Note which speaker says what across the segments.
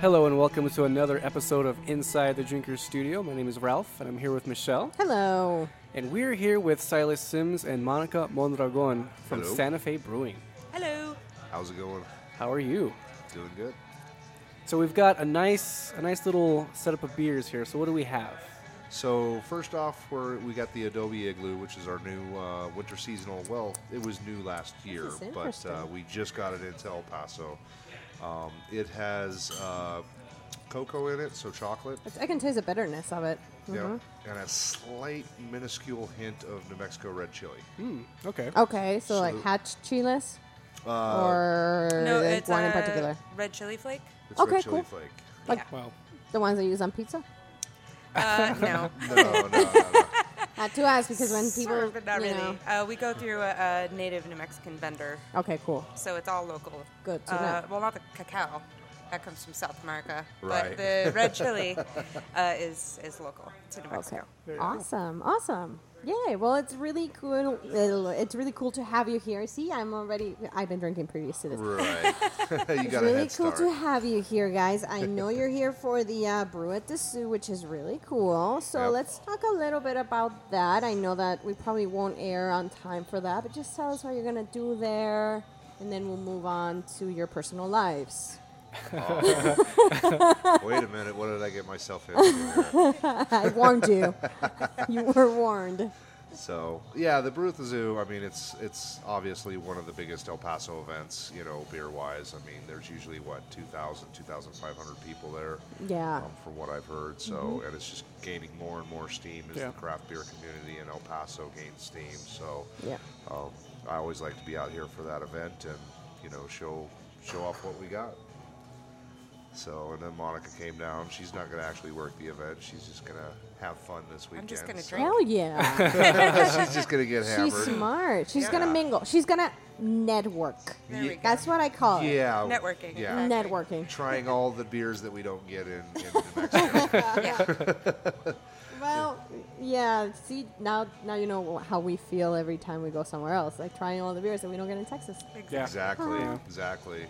Speaker 1: Hello and welcome to another episode of Inside the Drinker Studio. My name is Ralph and I'm here with Michelle.
Speaker 2: Hello.
Speaker 1: And we're here with Silas Sims and Monica Mondragon from
Speaker 3: Hello.
Speaker 1: Santa Fe Brewing.
Speaker 4: Hello.
Speaker 3: How's it going?
Speaker 1: How are you?
Speaker 3: Doing good.
Speaker 1: So we've got a nice a nice little setup of beers here. So what do we have?
Speaker 3: So first off, we're, we got the Adobe Igloo, which is our new uh, winter seasonal. Well, it was new last year,
Speaker 2: is
Speaker 3: but uh,
Speaker 2: interesting.
Speaker 3: we just got it into El Paso. Um, it has uh, cocoa in it, so chocolate.
Speaker 2: It's- I can taste the bitterness of it. Mm-hmm.
Speaker 3: Yeah,
Speaker 2: uh-huh.
Speaker 3: and a slight minuscule hint of New Mexico red chili.
Speaker 2: Mm,
Speaker 1: Okay.
Speaker 2: Okay, so like
Speaker 3: So-
Speaker 2: hatch chiles? or
Speaker 4: No,
Speaker 2: the
Speaker 4: it's
Speaker 2: one in
Speaker 4: uh,
Speaker 2: particular?
Speaker 4: Red chili flake.
Speaker 3: It's
Speaker 2: Okay,
Speaker 3: red chili
Speaker 2: cool.
Speaker 3: flake.
Speaker 2: Like
Speaker 1: Wow.
Speaker 2: the ones they use on pizza?
Speaker 4: Uh, no.
Speaker 3: No, no, no, no.
Speaker 2: Not Uh, to us because when people.
Speaker 4: Sort of, but not
Speaker 2: you
Speaker 4: really.
Speaker 2: know-
Speaker 4: Uh, we go through a, a native New Mexican vendor,
Speaker 2: Okay, cool.
Speaker 4: so it's all local.
Speaker 2: Good to
Speaker 4: uh,
Speaker 2: know.
Speaker 4: Well, not the cacao. That comes from South America.
Speaker 3: Right.
Speaker 4: But the red chili uh, is is local to New
Speaker 2: Okay.
Speaker 4: Mexico.
Speaker 2: Awesome. Awesome. Yay. Well, it's really cool. it'll- It's really cool to have you here. See, I'm already. I've been drinking previous to this.
Speaker 3: Right. you
Speaker 2: It's
Speaker 3: got a
Speaker 2: really
Speaker 3: head
Speaker 2: cool
Speaker 3: start.
Speaker 2: to have you here, guys. I know you're here for the uh, Brew at the Zoo, which is really cool. So
Speaker 3: Yep.
Speaker 2: let's talk a little bit about that. I know that we probably won't air on time for that, but just tell us what you're going to do there, and then we'll move on to your personal lives.
Speaker 3: Wait a minute. What did I get myself into? Here?
Speaker 2: I warned you. you were warned.
Speaker 3: So yeah, the Brew at the Zoo. I mean, it's it's obviously one of the biggest El Paso events, you know, beer wise. I mean, there's usually what 2,000, 2,500 people there,
Speaker 2: Yeah. Mm-hmm.
Speaker 3: um, from what I've heard. So and it's just gaining more and more steam as
Speaker 1: Yeah.
Speaker 3: the craft beer community in El Paso gains steam. So
Speaker 2: Yeah.
Speaker 3: um, I always like to be out here for that event and you know show show off what we got. So and then Monica came down. She's not going to actually work the event. She's just going to have fun this weekend.
Speaker 4: I'm just gonna
Speaker 3: so-
Speaker 4: drink.
Speaker 2: Hell yeah.
Speaker 3: She's just going to get hammered.
Speaker 2: She's smart. She's going to
Speaker 3: Yeah.
Speaker 2: mingle. She's going to network.
Speaker 4: There we go.
Speaker 2: That's what I call it.
Speaker 3: Yeah.
Speaker 4: Networking.
Speaker 3: Yeah.
Speaker 4: Net-
Speaker 2: Networking.
Speaker 3: Trying all the beers that we don't get in, in New Mexico.
Speaker 4: yeah.
Speaker 2: Well, yeah. See, now now you know how we feel every time we go somewhere else, like trying all the beers that we don't get in Texas.
Speaker 1: Yeah.
Speaker 3: exactly.
Speaker 1: Yeah.
Speaker 3: Exactly.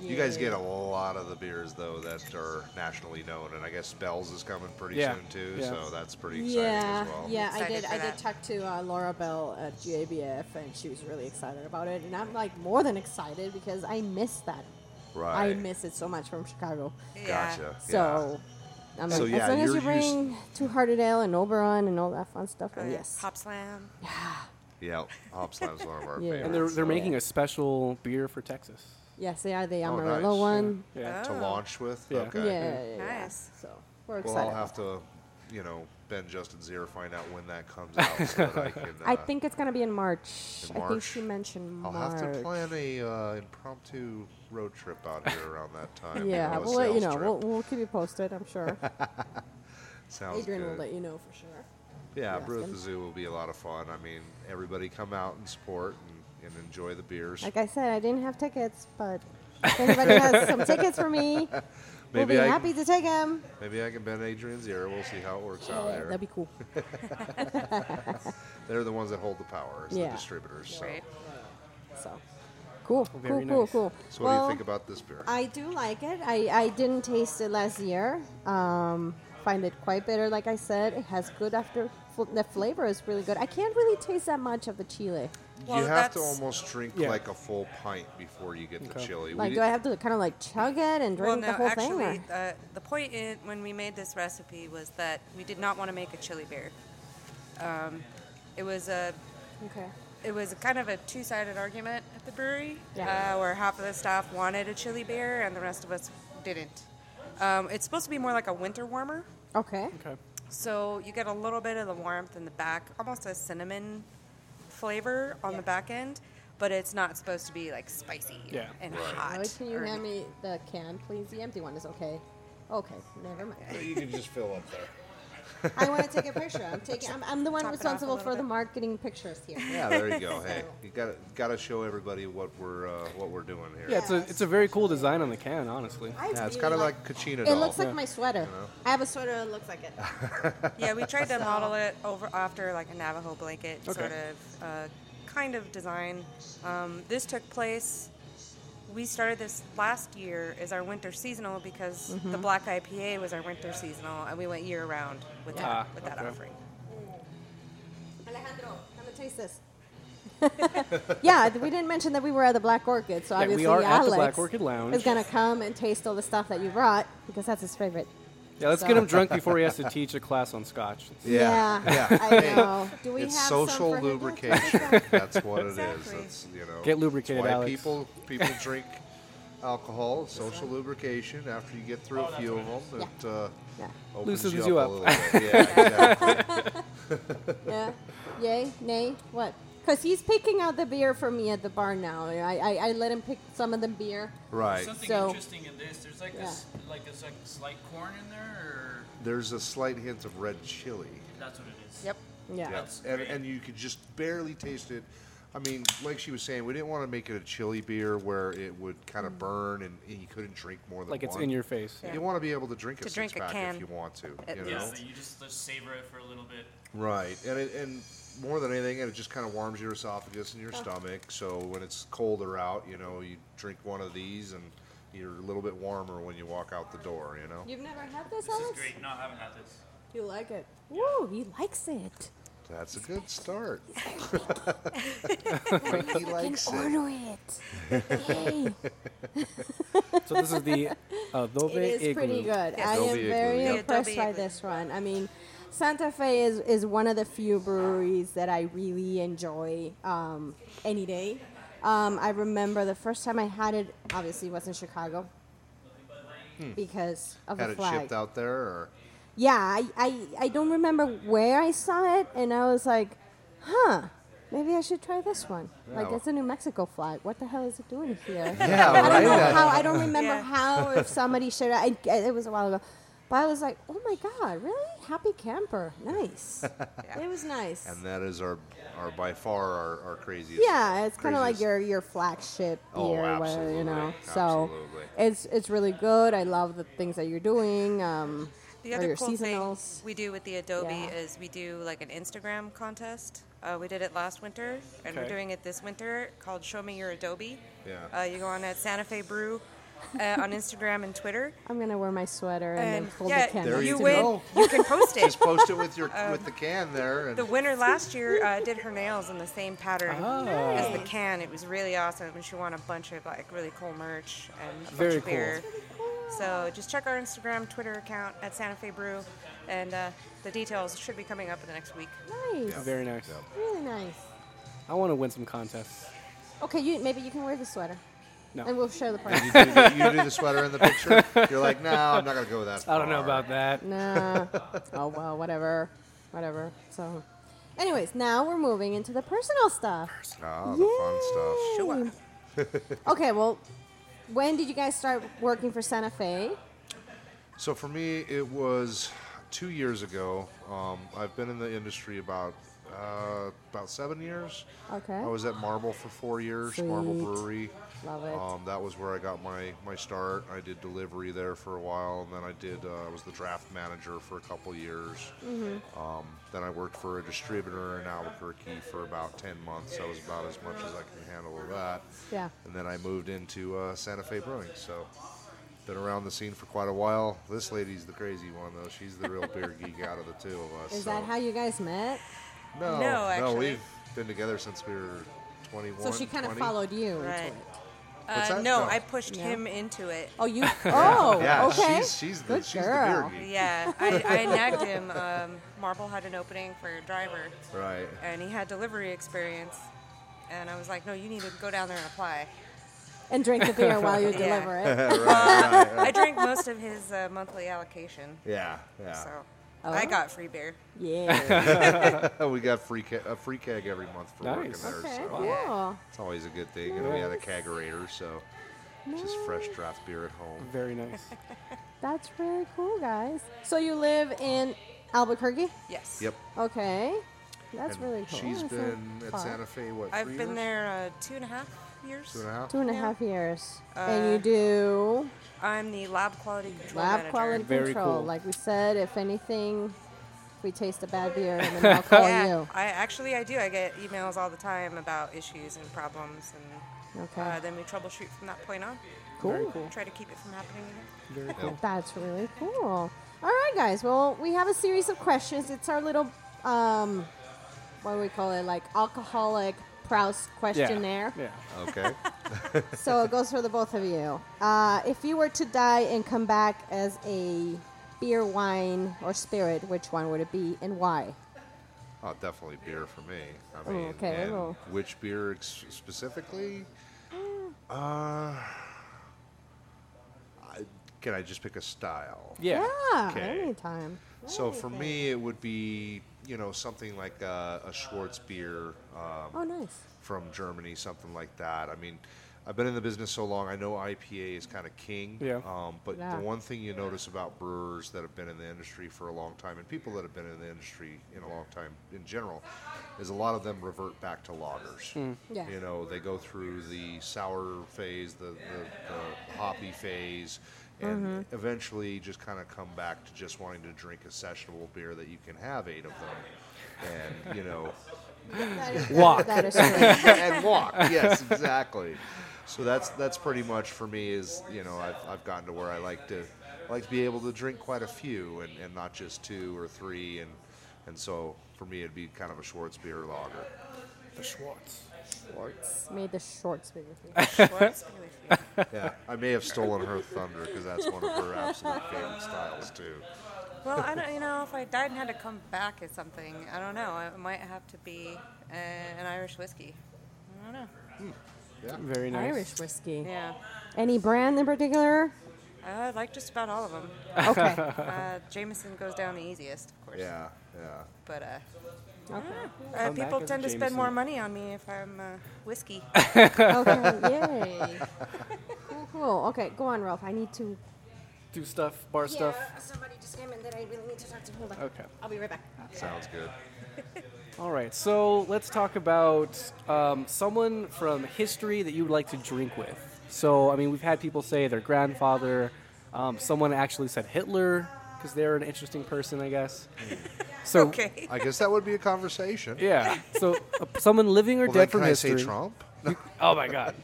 Speaker 3: You guys
Speaker 2: Yeah.
Speaker 3: get a lot of the beers though that are nationally known, and I guess Bell's is coming pretty
Speaker 1: Yeah.
Speaker 3: soon too.
Speaker 1: Yeah.
Speaker 3: So that's pretty exciting
Speaker 2: Yeah,
Speaker 3: as well.
Speaker 2: yeah. I
Speaker 4: Excited
Speaker 2: did.
Speaker 4: for
Speaker 2: I did
Speaker 4: that.
Speaker 2: talk to uh, Laura Bell at GABF, and she was really excited about it. And I'm like more than excited because I miss that.
Speaker 3: Right.
Speaker 2: I miss it so much from Chicago.
Speaker 4: Yeah. Uh,
Speaker 3: Gotcha.
Speaker 2: So. I'm
Speaker 3: So,
Speaker 2: like,
Speaker 3: yeah,
Speaker 2: as long as
Speaker 3: you're
Speaker 2: you
Speaker 3: used-
Speaker 2: bring Two Hearted Ale and Oberon and all that fun stuff,
Speaker 4: Uh,
Speaker 2: then Oh, yes.
Speaker 4: Hop slam.
Speaker 3: Yeah. yeah. Hop Slam's one of our
Speaker 2: Yeah.
Speaker 3: favorites.
Speaker 1: And they're they're
Speaker 3: so-
Speaker 1: making a special beer for Texas.
Speaker 2: Yes, they are the
Speaker 3: Oh,
Speaker 2: Amarillo
Speaker 3: nice.
Speaker 2: one.
Speaker 1: Yeah.
Speaker 3: to
Speaker 4: Oh.
Speaker 3: launch with.
Speaker 1: Yeah.
Speaker 2: Yeah,
Speaker 3: Okay.
Speaker 2: yeah, yeah.
Speaker 4: Nice.
Speaker 2: So we're
Speaker 3: Well,
Speaker 2: excited.
Speaker 3: I'll
Speaker 2: about
Speaker 3: have to, you know, Ben Justin's ear find out when that comes out. So that I, can, uh,
Speaker 2: I think it's gonna be in March.
Speaker 3: in
Speaker 2: I think
Speaker 3: March?
Speaker 2: she mentioned
Speaker 3: I'll
Speaker 2: March.
Speaker 3: have to plan a uh, impromptu road trip out here around that time.
Speaker 2: Yeah,
Speaker 3: know, a
Speaker 2: we'll let you
Speaker 3: sales
Speaker 2: know.
Speaker 3: trip.
Speaker 2: We'll, we'll keep you posted. I'm sure.
Speaker 3: Sounds
Speaker 2: Adrian
Speaker 3: good.
Speaker 2: will let you know for sure.
Speaker 3: yeah,
Speaker 2: ask
Speaker 3: Brew at
Speaker 2: him.
Speaker 3: the Zoo will be a lot of fun. I mean, everybody come out and support and, and enjoy the beers.
Speaker 2: Like I said, I didn't have tickets, but if anybody has some tickets for me, we'll
Speaker 3: Maybe
Speaker 2: be
Speaker 3: I-
Speaker 2: happy to take them.
Speaker 3: Maybe I can bend Adrian's ear. We'll see how it works out there.
Speaker 2: Oh, that'd be cool.
Speaker 3: They're the ones that hold the power. It's
Speaker 2: Yeah.
Speaker 3: the distributors. So,
Speaker 4: Right.
Speaker 2: So, cool, cool,
Speaker 1: Very
Speaker 2: cool,
Speaker 1: nice.
Speaker 2: cool.
Speaker 3: so
Speaker 2: well,
Speaker 3: what do you think about this beer?
Speaker 2: I do like it. I, I didn't taste it last year. Um, find it quite bitter, like I said. It has good after. fl- The flavor is really good. I can't really taste that much of the chile.
Speaker 3: you
Speaker 4: Well,
Speaker 3: have to
Speaker 4: that's-
Speaker 3: almost drink
Speaker 1: Yeah.
Speaker 3: like a full pint before you get
Speaker 1: Okay.
Speaker 3: the chili. We
Speaker 2: Like,
Speaker 3: di-
Speaker 2: do I have to kind of like chug it and drink
Speaker 4: Well, no,
Speaker 2: the whole thing?
Speaker 4: actually,
Speaker 2: or-
Speaker 4: uh, the point in, when we made this recipe was that we did not want to make a chili beer. Um, it was a
Speaker 2: Okay.
Speaker 4: it was kind of a two-sided argument at the brewery,
Speaker 2: Yeah.
Speaker 4: uh, where half of the staff wanted a chili beer and the rest of us didn't. Um, it's supposed to be more like a winter warmer,
Speaker 2: Okay.
Speaker 1: Okay.
Speaker 4: so you get a little bit of the warmth in the back, almost a cinnamon flavor on the back end, but it's not supposed to be like spicy
Speaker 1: Yeah.
Speaker 4: and
Speaker 3: Right.
Speaker 4: hot.
Speaker 2: Lloyd, can you
Speaker 4: or
Speaker 2: hand me the can, please? The empty one is okay. Okay, never mind.
Speaker 3: you can just fill up there.
Speaker 2: I want to take a picture. I'm taking. I'm, I'm the one
Speaker 4: Top it off a
Speaker 2: responsible
Speaker 4: little
Speaker 2: for the
Speaker 4: bit.
Speaker 2: marketing pictures here.
Speaker 3: Yeah, there you go. Hey, you got got to show everybody what we're uh, what we're doing here.
Speaker 1: Yeah, it's a it's a very cool design on the can, honestly.
Speaker 2: I
Speaker 3: Yeah, it's
Speaker 2: really
Speaker 3: kind of like Kachina
Speaker 2: It
Speaker 3: doll.
Speaker 2: looks like
Speaker 1: Yeah.
Speaker 2: my sweater.
Speaker 3: know?
Speaker 2: I have a sweater that looks like it.
Speaker 4: Yeah, we tried to model it over after like a Navajo blanket
Speaker 1: Okay.
Speaker 4: sort of uh, kind of design. Um, this took place we started this last year as our winter seasonal because the black IPA was our winter seasonal, and we went year round with that
Speaker 1: Ah,
Speaker 4: with that
Speaker 1: okay.
Speaker 4: offering.
Speaker 2: Alejandro, come and taste this. yeah, th- we didn't mention that we were at the Black Orchid, so
Speaker 1: Yeah, we
Speaker 2: obviously
Speaker 1: are at
Speaker 2: Alex
Speaker 1: the Black Orchid Lounge.
Speaker 2: is gonna come and taste all the stuff that you brought because that's his favorite.
Speaker 1: Yeah, let's get him drunk before he has to teach a class on scotch.
Speaker 3: Yeah.
Speaker 2: yeah,
Speaker 3: Yeah.
Speaker 2: I know. Do we
Speaker 3: It's
Speaker 2: have
Speaker 3: social
Speaker 2: some for him? Yeah, take
Speaker 3: lubrication.
Speaker 2: some.
Speaker 3: That's what it is.
Speaker 4: Exactly.
Speaker 3: It's, you know,
Speaker 1: Get lubricated,
Speaker 3: it's why
Speaker 1: Alex.
Speaker 3: people people drink alcohol, social lubrication. After you get through a few of them, it uh,
Speaker 2: Oh, Yeah.
Speaker 3: opens
Speaker 1: Loosens
Speaker 3: you,
Speaker 1: you
Speaker 3: up,
Speaker 1: up.
Speaker 3: a little bit. Yeah, exactly.
Speaker 2: Yeah. Yay? Nay? What? Because he's picking out the beer for me at the bar now. I, I, I let him pick some of the beer.
Speaker 3: right.
Speaker 5: Something
Speaker 2: So-
Speaker 5: interesting in this. There's like a
Speaker 2: Yeah.
Speaker 5: s like a sec- slight corn in there,
Speaker 3: There's a slight hint of red chili,
Speaker 5: or that's what it is.
Speaker 4: Yep.
Speaker 2: Yeah.
Speaker 3: yeah.
Speaker 5: That's
Speaker 3: and,
Speaker 5: great.
Speaker 3: and you could just barely taste it. I mean, like she was saying, we didn't want to make it a chili beer where it would kind
Speaker 2: Mm.
Speaker 3: of burn and, and you couldn't drink more than
Speaker 1: Like it's
Speaker 3: one.
Speaker 1: in your face.
Speaker 4: Yeah.
Speaker 3: You want to be able to drink a
Speaker 4: To drink a
Speaker 3: six-pack
Speaker 4: can.
Speaker 3: if you want to.
Speaker 4: At
Speaker 3: you know?
Speaker 5: Yeah,
Speaker 4: least.
Speaker 5: so you just let's savor it for a little bit.
Speaker 3: Right, and it, and more than anything, and it just kind of warms your esophagus and your
Speaker 4: Oh.
Speaker 3: stomach. So when it's colder out, you know, you drink one of these, and you're a little bit warmer when you walk out the door. You know,
Speaker 2: You've never had this,
Speaker 5: This
Speaker 2: Alex?
Speaker 5: is great. No, I haven't had this.
Speaker 2: You like it? Woo, he likes it.
Speaker 3: that's a good start.
Speaker 2: He
Speaker 3: likes it.
Speaker 2: can order it. Yay.
Speaker 1: So this is the uh, Adobe
Speaker 2: It is
Speaker 1: Igloo.
Speaker 2: pretty good. I
Speaker 3: Adobe
Speaker 2: am
Speaker 3: Igloo,
Speaker 2: very
Speaker 3: yeah.
Speaker 4: The
Speaker 2: impressed
Speaker 4: Adobe
Speaker 2: by
Speaker 4: Igloo.
Speaker 2: this one. I mean, Santa Fe is, is one of the few breweries that I really enjoy um, any day. Um, I remember the first time I had it, obviously, was in Chicago because of
Speaker 3: Had
Speaker 2: the
Speaker 3: it
Speaker 2: flag.
Speaker 3: shipped out there, or
Speaker 2: Yeah, I, I, I don't remember where I saw it, and I was like, huh, maybe I should try this one. Like,
Speaker 3: Yeah.
Speaker 2: it's a New Mexico flag. What the hell is it doing here?
Speaker 3: Yeah,
Speaker 2: I don't know
Speaker 3: right?
Speaker 2: how, I don't remember
Speaker 4: Yeah.
Speaker 2: how, if somebody shared it. I, it was a while ago. But I was like, oh my God, really? Happy camper. Nice. It was nice.
Speaker 3: and that is our our by far our, our craziest.
Speaker 2: Yeah, it's kind of like
Speaker 3: craziest-
Speaker 2: your your flagship beer,
Speaker 3: Oh,
Speaker 2: or whatever, you know.
Speaker 3: absolutely,
Speaker 2: So
Speaker 3: absolutely.
Speaker 2: it's it's really good. I love the things that you're doing. Um,
Speaker 4: The
Speaker 2: or
Speaker 4: other
Speaker 2: your
Speaker 4: cool thing
Speaker 2: seasonals.
Speaker 4: we do with the Adobe
Speaker 2: Yeah.
Speaker 4: is we do like an Instagram contest. Uh, we did it last winter, and we're
Speaker 1: Okay.
Speaker 4: doing it this winter called "Show Me Your Adobe."
Speaker 3: Yeah.
Speaker 4: Uh, you go on at Santa Fe Brew uh, on Instagram and Twitter,
Speaker 2: I'm gonna wear my sweater and,
Speaker 4: and
Speaker 2: then fold
Speaker 4: yeah,
Speaker 2: the canvas.
Speaker 3: There
Speaker 4: you
Speaker 3: you
Speaker 4: win.
Speaker 3: go.
Speaker 4: You can post it.
Speaker 3: Just post it with your with the can there, and
Speaker 4: The winner last year uh, did her nails in the same pattern
Speaker 1: Oh.
Speaker 2: Ah.
Speaker 4: as the can. It was really awesome, and she won a bunch of like really cool merch and a bunch
Speaker 1: Very
Speaker 4: of
Speaker 1: cool.
Speaker 4: beer. So just check our Instagram, Twitter account at Santa Fe Brew, and uh, the details should be coming up in the next week.
Speaker 2: Nice,
Speaker 1: Very nice.
Speaker 3: Yeah.
Speaker 2: really nice.
Speaker 1: I want to win some contests.
Speaker 2: Okay, you maybe you can wear the sweater,
Speaker 1: No.
Speaker 2: and we'll share the party.
Speaker 3: you do, the- you do the sweater in the picture. You're like, no, I'm not gonna go that.
Speaker 1: I don't know
Speaker 3: far."
Speaker 1: about that.
Speaker 2: nah. Oh well, whatever, whatever. So, anyways, now we're moving into the personal stuff.
Speaker 3: Ah, the fun stuff.
Speaker 4: Sure.
Speaker 2: Okay, well, when did you guys start working for Santa Fe?
Speaker 3: So for me, it was two years ago. Um, I've been in the industry about uh, about seven years.
Speaker 2: Okay.
Speaker 3: I was at Marble for four years, Marble
Speaker 2: Sweet.
Speaker 3: Brewery.
Speaker 2: Love it.
Speaker 3: Um, that was where I got my, my start. I did delivery there for a while, and then I did uh, I was the draft manager for a couple years.
Speaker 2: Mm-hmm.
Speaker 3: Um, then I worked for a distributor in Albuquerque for about ten months. That was about as much as I can handle of that.
Speaker 2: Yeah.
Speaker 3: And then I moved into uh, Santa Fe Brewing. So been around the scene for quite a while. This lady's the crazy one though. She's the real beer geek out of the two of us.
Speaker 2: Is
Speaker 3: so-
Speaker 2: that how you guys met?
Speaker 3: No,
Speaker 4: No,
Speaker 3: no,
Speaker 4: actually.
Speaker 3: we've been together since we were 21.
Speaker 2: So she kind of
Speaker 3: 20.
Speaker 2: followed you into
Speaker 4: Right.
Speaker 2: it.
Speaker 3: What's
Speaker 4: Uh,
Speaker 3: that?
Speaker 4: no,
Speaker 3: No.
Speaker 4: I pushed
Speaker 2: No.
Speaker 4: him into it.
Speaker 2: Oh, you? Oh,
Speaker 3: Yeah,
Speaker 2: okay.
Speaker 3: she's she's the
Speaker 2: Good
Speaker 3: she's the
Speaker 2: girl.
Speaker 3: beer geek.
Speaker 4: Yeah, I, I nagged him. Um, Marble had an opening for a driver,
Speaker 3: Right.
Speaker 4: and he had delivery experience, and I was like, no, you need to go down there and apply.
Speaker 2: and drink the beer while you
Speaker 4: Yeah.
Speaker 2: deliver it.
Speaker 4: I drank most of his uh, monthly allocation,
Speaker 3: Yeah, yeah.
Speaker 4: so
Speaker 2: Oh.
Speaker 4: I got free beer.
Speaker 2: Yeah.
Speaker 3: Oh, we got free ca- a free keg every month for working
Speaker 1: Nice.
Speaker 3: there.
Speaker 2: Okay.
Speaker 3: So
Speaker 2: Cool.
Speaker 3: it's always a good thing. And we had a kegerator, so just fresh draft beer at home.
Speaker 1: Very nice.
Speaker 2: That's really cool, guys. So you live in Albuquerque?
Speaker 4: Yes.
Speaker 3: Yep.
Speaker 2: Okay. That's
Speaker 3: and
Speaker 2: really cool.
Speaker 3: She's
Speaker 2: That's
Speaker 3: been
Speaker 2: a-
Speaker 3: at
Speaker 2: fun.
Speaker 3: Santa Fe what?
Speaker 4: I've
Speaker 3: three
Speaker 4: been
Speaker 3: years?
Speaker 4: there uh, two and a half years.
Speaker 3: Two and a half.
Speaker 2: Two and a
Speaker 4: Yeah.
Speaker 2: half years.
Speaker 3: Uh,
Speaker 2: and you do
Speaker 4: I'm the lab quality control
Speaker 2: lab
Speaker 4: manager.
Speaker 2: quality
Speaker 1: Very
Speaker 2: control.
Speaker 1: cool.
Speaker 2: Like we said, if anything, if we taste a bad beer, then I'll call
Speaker 4: yeah,
Speaker 2: you.
Speaker 4: I actually I do. I get emails all the time about issues and problems and
Speaker 2: Okay.
Speaker 4: Uh, then we troubleshoot from that point on.
Speaker 1: Very cool.
Speaker 4: Try to keep it from happening again.
Speaker 1: Very cool.
Speaker 2: That's really cool. All right, guys. Well, we have a series of questions. It's our little, um, what do we call it? Like alcoholic Proust
Speaker 1: Yeah.
Speaker 2: questionnaire.
Speaker 1: Yeah.
Speaker 3: Okay.
Speaker 2: So it goes for the both of you. Uh, if you were to die and come back as a beer, wine, or spirit, which one would it be and why?
Speaker 3: oh, definitely beer for me. I mean,
Speaker 2: okay,
Speaker 3: and
Speaker 2: well. Mm.
Speaker 3: which beer ex- specifically? Uh, I, can I just pick a style?
Speaker 1: Yeah.
Speaker 3: Okay.
Speaker 2: anytime.
Speaker 3: So for
Speaker 2: Anything.
Speaker 3: me, it would be you know something like a, a Schwartz beer um,
Speaker 2: Oh, nice.
Speaker 3: from Germany, something like that. I mean, I've been in the business so long, I know IPA is kind of king.
Speaker 1: Yeah.
Speaker 3: Um, but
Speaker 2: Yeah.
Speaker 3: the one thing you notice about brewers that have been in the industry for a long time, and people that have been in the industry in a long time in general, is a lot of them revert back to lagers.
Speaker 2: Yeah.
Speaker 3: You know, they go through the sour phase, the, the, the hoppy phase, and eventually just kind of come back to just wanting to drink a sessionable beer that you can have eight of them. And, you know,
Speaker 2: That is-
Speaker 1: Walk.
Speaker 2: That is true.
Speaker 3: and walk. Yes, exactly. So that's that's pretty much for me is you know I've, I've gotten to where I like to I like to be able to drink quite a few and, and not just two or three and and so for me it'd be kind of a Schwartz beer lager.
Speaker 1: The Schwartz.
Speaker 2: Schwartz made the shorts bigger.
Speaker 4: Schwartz, really few.
Speaker 3: Yeah, I may have stolen her thunder because that's one of her absolute favorite styles too.
Speaker 4: Well, I don't, you know, if I died and had to come back at something, I don't know. It might have to be uh, an Irish whiskey. I don't know.
Speaker 1: Very nice.
Speaker 2: Irish whiskey.
Speaker 4: Yeah.
Speaker 2: Any brand in particular?
Speaker 4: I like just about all of them.
Speaker 2: Okay.
Speaker 4: Uh, Jameson goes down the easiest, of course.
Speaker 3: Yeah, yeah.
Speaker 4: But uh,
Speaker 2: okay.
Speaker 4: uh,
Speaker 1: back
Speaker 4: people
Speaker 1: as a
Speaker 4: tend to spend more
Speaker 1: Jameson.
Speaker 4: money on me if I'm uh, whiskey.
Speaker 2: Okay. Yay. Cool, cool. Okay, go on, Ralph. I need to.
Speaker 1: Do stuff, bar stuff.
Speaker 2: somebody just came in that I really need to talk to. Hold on.
Speaker 1: Okay.
Speaker 2: I'll be right back.
Speaker 3: Sounds good.
Speaker 1: All right. So let's talk about um, someone from history that you would like to drink with. So I mean, we've had people say their grandfather. Um, someone actually said Hitler because they're an interesting person, I guess. So
Speaker 4: okay.
Speaker 3: I guess that would be a conversation.
Speaker 1: yeah. So uh, someone living or
Speaker 3: Well, then
Speaker 1: dead
Speaker 3: can
Speaker 1: from
Speaker 3: I
Speaker 1: history.
Speaker 3: say Trump? No,
Speaker 1: Oh my God.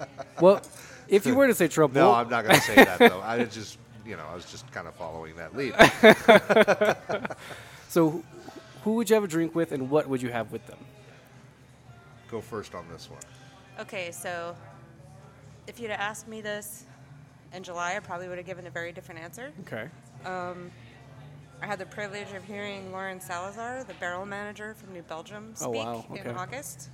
Speaker 1: Well, if you were to say Trump,
Speaker 3: no
Speaker 1: well,
Speaker 3: I'm not going to say that though. I was just you know I was just kind of following that lead.
Speaker 1: so who- who would you have a drink with, and what would you have with them?
Speaker 3: Go first on this one.
Speaker 4: Okay, so if you'd have asked me this in July, I probably would have given a very different answer.
Speaker 1: Okay.
Speaker 4: I had the privilege of hearing Lauren Salazar, the barrel manager from New Belgium,
Speaker 1: Oh,
Speaker 4: speak
Speaker 1: wow, okay.
Speaker 4: in August,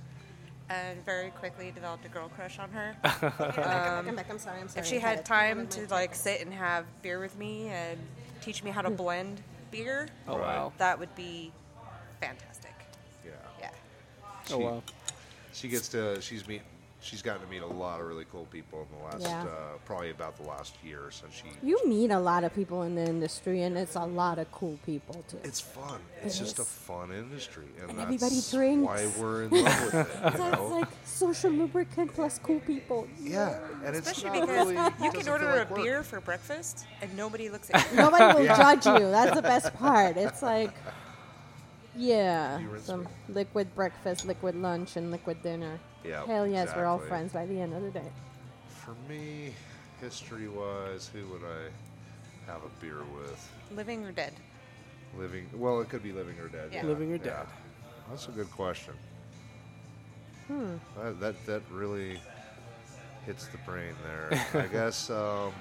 Speaker 4: and very quickly developed a girl crush on her.
Speaker 2: I'm back. I'm sorry. I'm sorry.
Speaker 4: if she had time to like sit and have beer with me and teach me how to blend beer,
Speaker 1: Oh
Speaker 3: Right.
Speaker 1: wow.
Speaker 4: that would be fantastic.
Speaker 3: Yeah.
Speaker 4: Yeah.
Speaker 1: Oh wow.
Speaker 3: She gets to she's meet she's gotten to meet a lot of really cool people in the last
Speaker 2: Yeah.
Speaker 3: uh, probably about the last year since she.
Speaker 2: You meet a lot of people in the industry, and it's a lot of cool people too.
Speaker 3: It's fun. It's
Speaker 2: It
Speaker 3: just a
Speaker 2: is.
Speaker 3: fun industry, and,
Speaker 2: And
Speaker 3: that's
Speaker 2: everybody drinks.
Speaker 3: Why we're in love with it, you
Speaker 2: So it's
Speaker 3: know?
Speaker 2: like social lubricant plus cool people.
Speaker 3: yeah, and it's
Speaker 4: Especially
Speaker 3: not
Speaker 4: because
Speaker 3: really,
Speaker 4: you
Speaker 3: doesn't
Speaker 4: can
Speaker 3: feel
Speaker 4: order
Speaker 3: like
Speaker 4: a
Speaker 3: work.
Speaker 4: beer for breakfast and nobody looks at you.
Speaker 2: Nobody will
Speaker 3: Yeah.
Speaker 2: judge you. That's the best part. It's like, yeah,
Speaker 3: You rinse
Speaker 2: some
Speaker 3: me.
Speaker 2: liquid breakfast, liquid lunch, and liquid dinner.
Speaker 3: Yeah,
Speaker 2: Hell yes, we're all
Speaker 3: exactly.
Speaker 2: friends by the end of the day.
Speaker 3: For me, history-wise, who would I have a beer with?
Speaker 4: Living or dead.
Speaker 3: Living? Well, it could be living or dead.
Speaker 4: Yeah.
Speaker 1: Living or
Speaker 3: yeah.
Speaker 1: dead.
Speaker 3: That's a good question. Hmm. That, that that really hits the brain there. I guess. Um,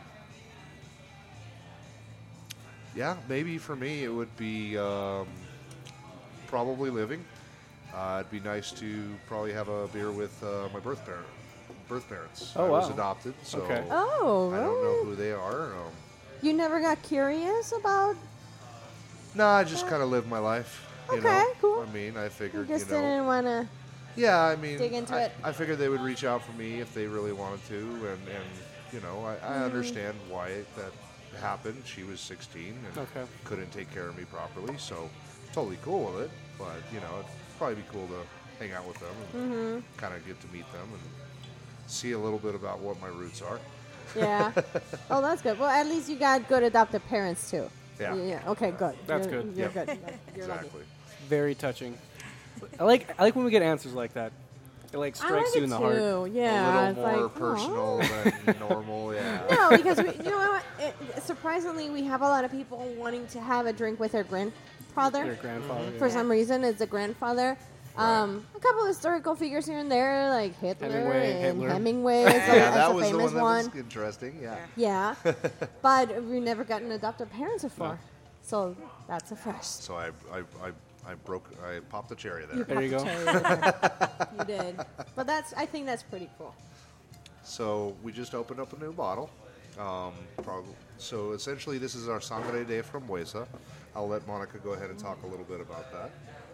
Speaker 3: yeah, maybe for me it would be um, probably living. Uh, it'd be nice to probably have a beer with uh, my birth parent, birth parents.
Speaker 1: Oh,
Speaker 3: I was
Speaker 1: wow.
Speaker 3: adopted, so
Speaker 1: Okay.
Speaker 2: Oh,
Speaker 3: I don't know
Speaker 2: really?
Speaker 3: who they are. Um,
Speaker 2: You never got curious about?
Speaker 3: no, I just kind of live my life. You know?
Speaker 2: Okay, cool.
Speaker 3: I mean, I
Speaker 2: You
Speaker 3: figured
Speaker 2: just
Speaker 3: you know.
Speaker 2: didn't want to.
Speaker 3: Yeah, I mean,
Speaker 2: Dig into
Speaker 3: I,
Speaker 2: it.
Speaker 3: I figured they would reach out for me if they really wanted to, and, and you know, I, I
Speaker 2: Mm-hmm.
Speaker 3: understand why that happened. She was 16 and
Speaker 1: Okay.
Speaker 3: couldn't take care of me properly, so totally cool with it. But you know, it'd probably be cool to hang out with them and
Speaker 2: Mm-hmm.
Speaker 3: kind of get to meet them and see a little bit about what my roots are.
Speaker 2: Yeah. oh, that's good. Well, at least you got good adopted parents too.
Speaker 3: Yeah.
Speaker 2: Okay. Good.
Speaker 1: That's
Speaker 2: You're-
Speaker 1: good.
Speaker 2: You're
Speaker 3: Yep.
Speaker 2: good. You're lucky.
Speaker 3: exactly.
Speaker 1: Very touching. I like I like when we get answers like that. It like
Speaker 2: I
Speaker 1: strikes
Speaker 2: like
Speaker 1: you
Speaker 2: it
Speaker 1: in the
Speaker 2: too.
Speaker 1: heart.
Speaker 2: Yeah,
Speaker 3: a
Speaker 2: it's
Speaker 3: little more
Speaker 2: like, "Aw."
Speaker 3: personal than normal. Yeah.
Speaker 2: No, because we, you know, what? it, surprisingly, we have a lot of people wanting to have a drink with their grandfather.
Speaker 1: Your grandfather.
Speaker 2: For
Speaker 1: yeah.
Speaker 2: some reason, it's a grandfather. Um, a couple of historical figures here and there, like Hitler
Speaker 1: Hemingway,
Speaker 2: and
Speaker 1: Hitler.
Speaker 2: Hemingway. Is a,
Speaker 3: yeah,
Speaker 2: is a
Speaker 3: that was the
Speaker 2: famous
Speaker 3: one that
Speaker 2: one.
Speaker 3: was interesting. Yeah.
Speaker 4: Yeah.
Speaker 2: Yeah, but we've never gotten adopted parents before, so that's a first.
Speaker 3: So I, I, I, I broke, I popped the cherry there.
Speaker 1: There you go.
Speaker 2: you did, but that's I think that's pretty cool.
Speaker 3: So we just opened up a new bottle. Um, prob- so essentially, this is our Sangre de Frambuesa. I'll let Monica go ahead and talk a little bit about that.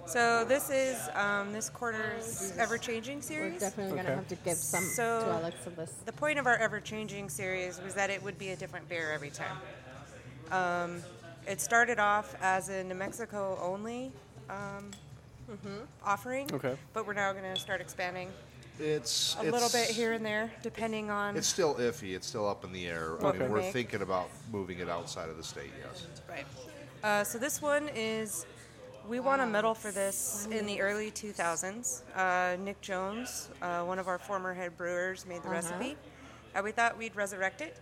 Speaker 4: So this is um, this quarter's ever-changing
Speaker 2: We're
Speaker 4: series.
Speaker 2: definitely
Speaker 1: Okay.
Speaker 2: gonna have to give some
Speaker 4: So-
Speaker 2: to Alex of this.
Speaker 4: The point of our ever-changing series was that it would be a different beer every time. Um, it started off as a New Mexico only um,
Speaker 3: Mm-hmm.
Speaker 4: offering,
Speaker 1: Okay.
Speaker 4: but we're now going to start expanding
Speaker 3: It's
Speaker 4: a
Speaker 3: it's-
Speaker 4: little bit here and there, depending on
Speaker 3: It's still iffy. It's still up in the air. I
Speaker 1: Okay.
Speaker 3: mean, we're
Speaker 4: Make.
Speaker 3: thinking about moving it outside of the state. Yes.
Speaker 4: Right. Uh, so this one is, we won a medal for this in the early 2000s. Uh, Nick Jones, uh, one of our former head brewers, made the
Speaker 2: Uh-huh.
Speaker 4: recipe. Uh, we thought we'd resurrect it.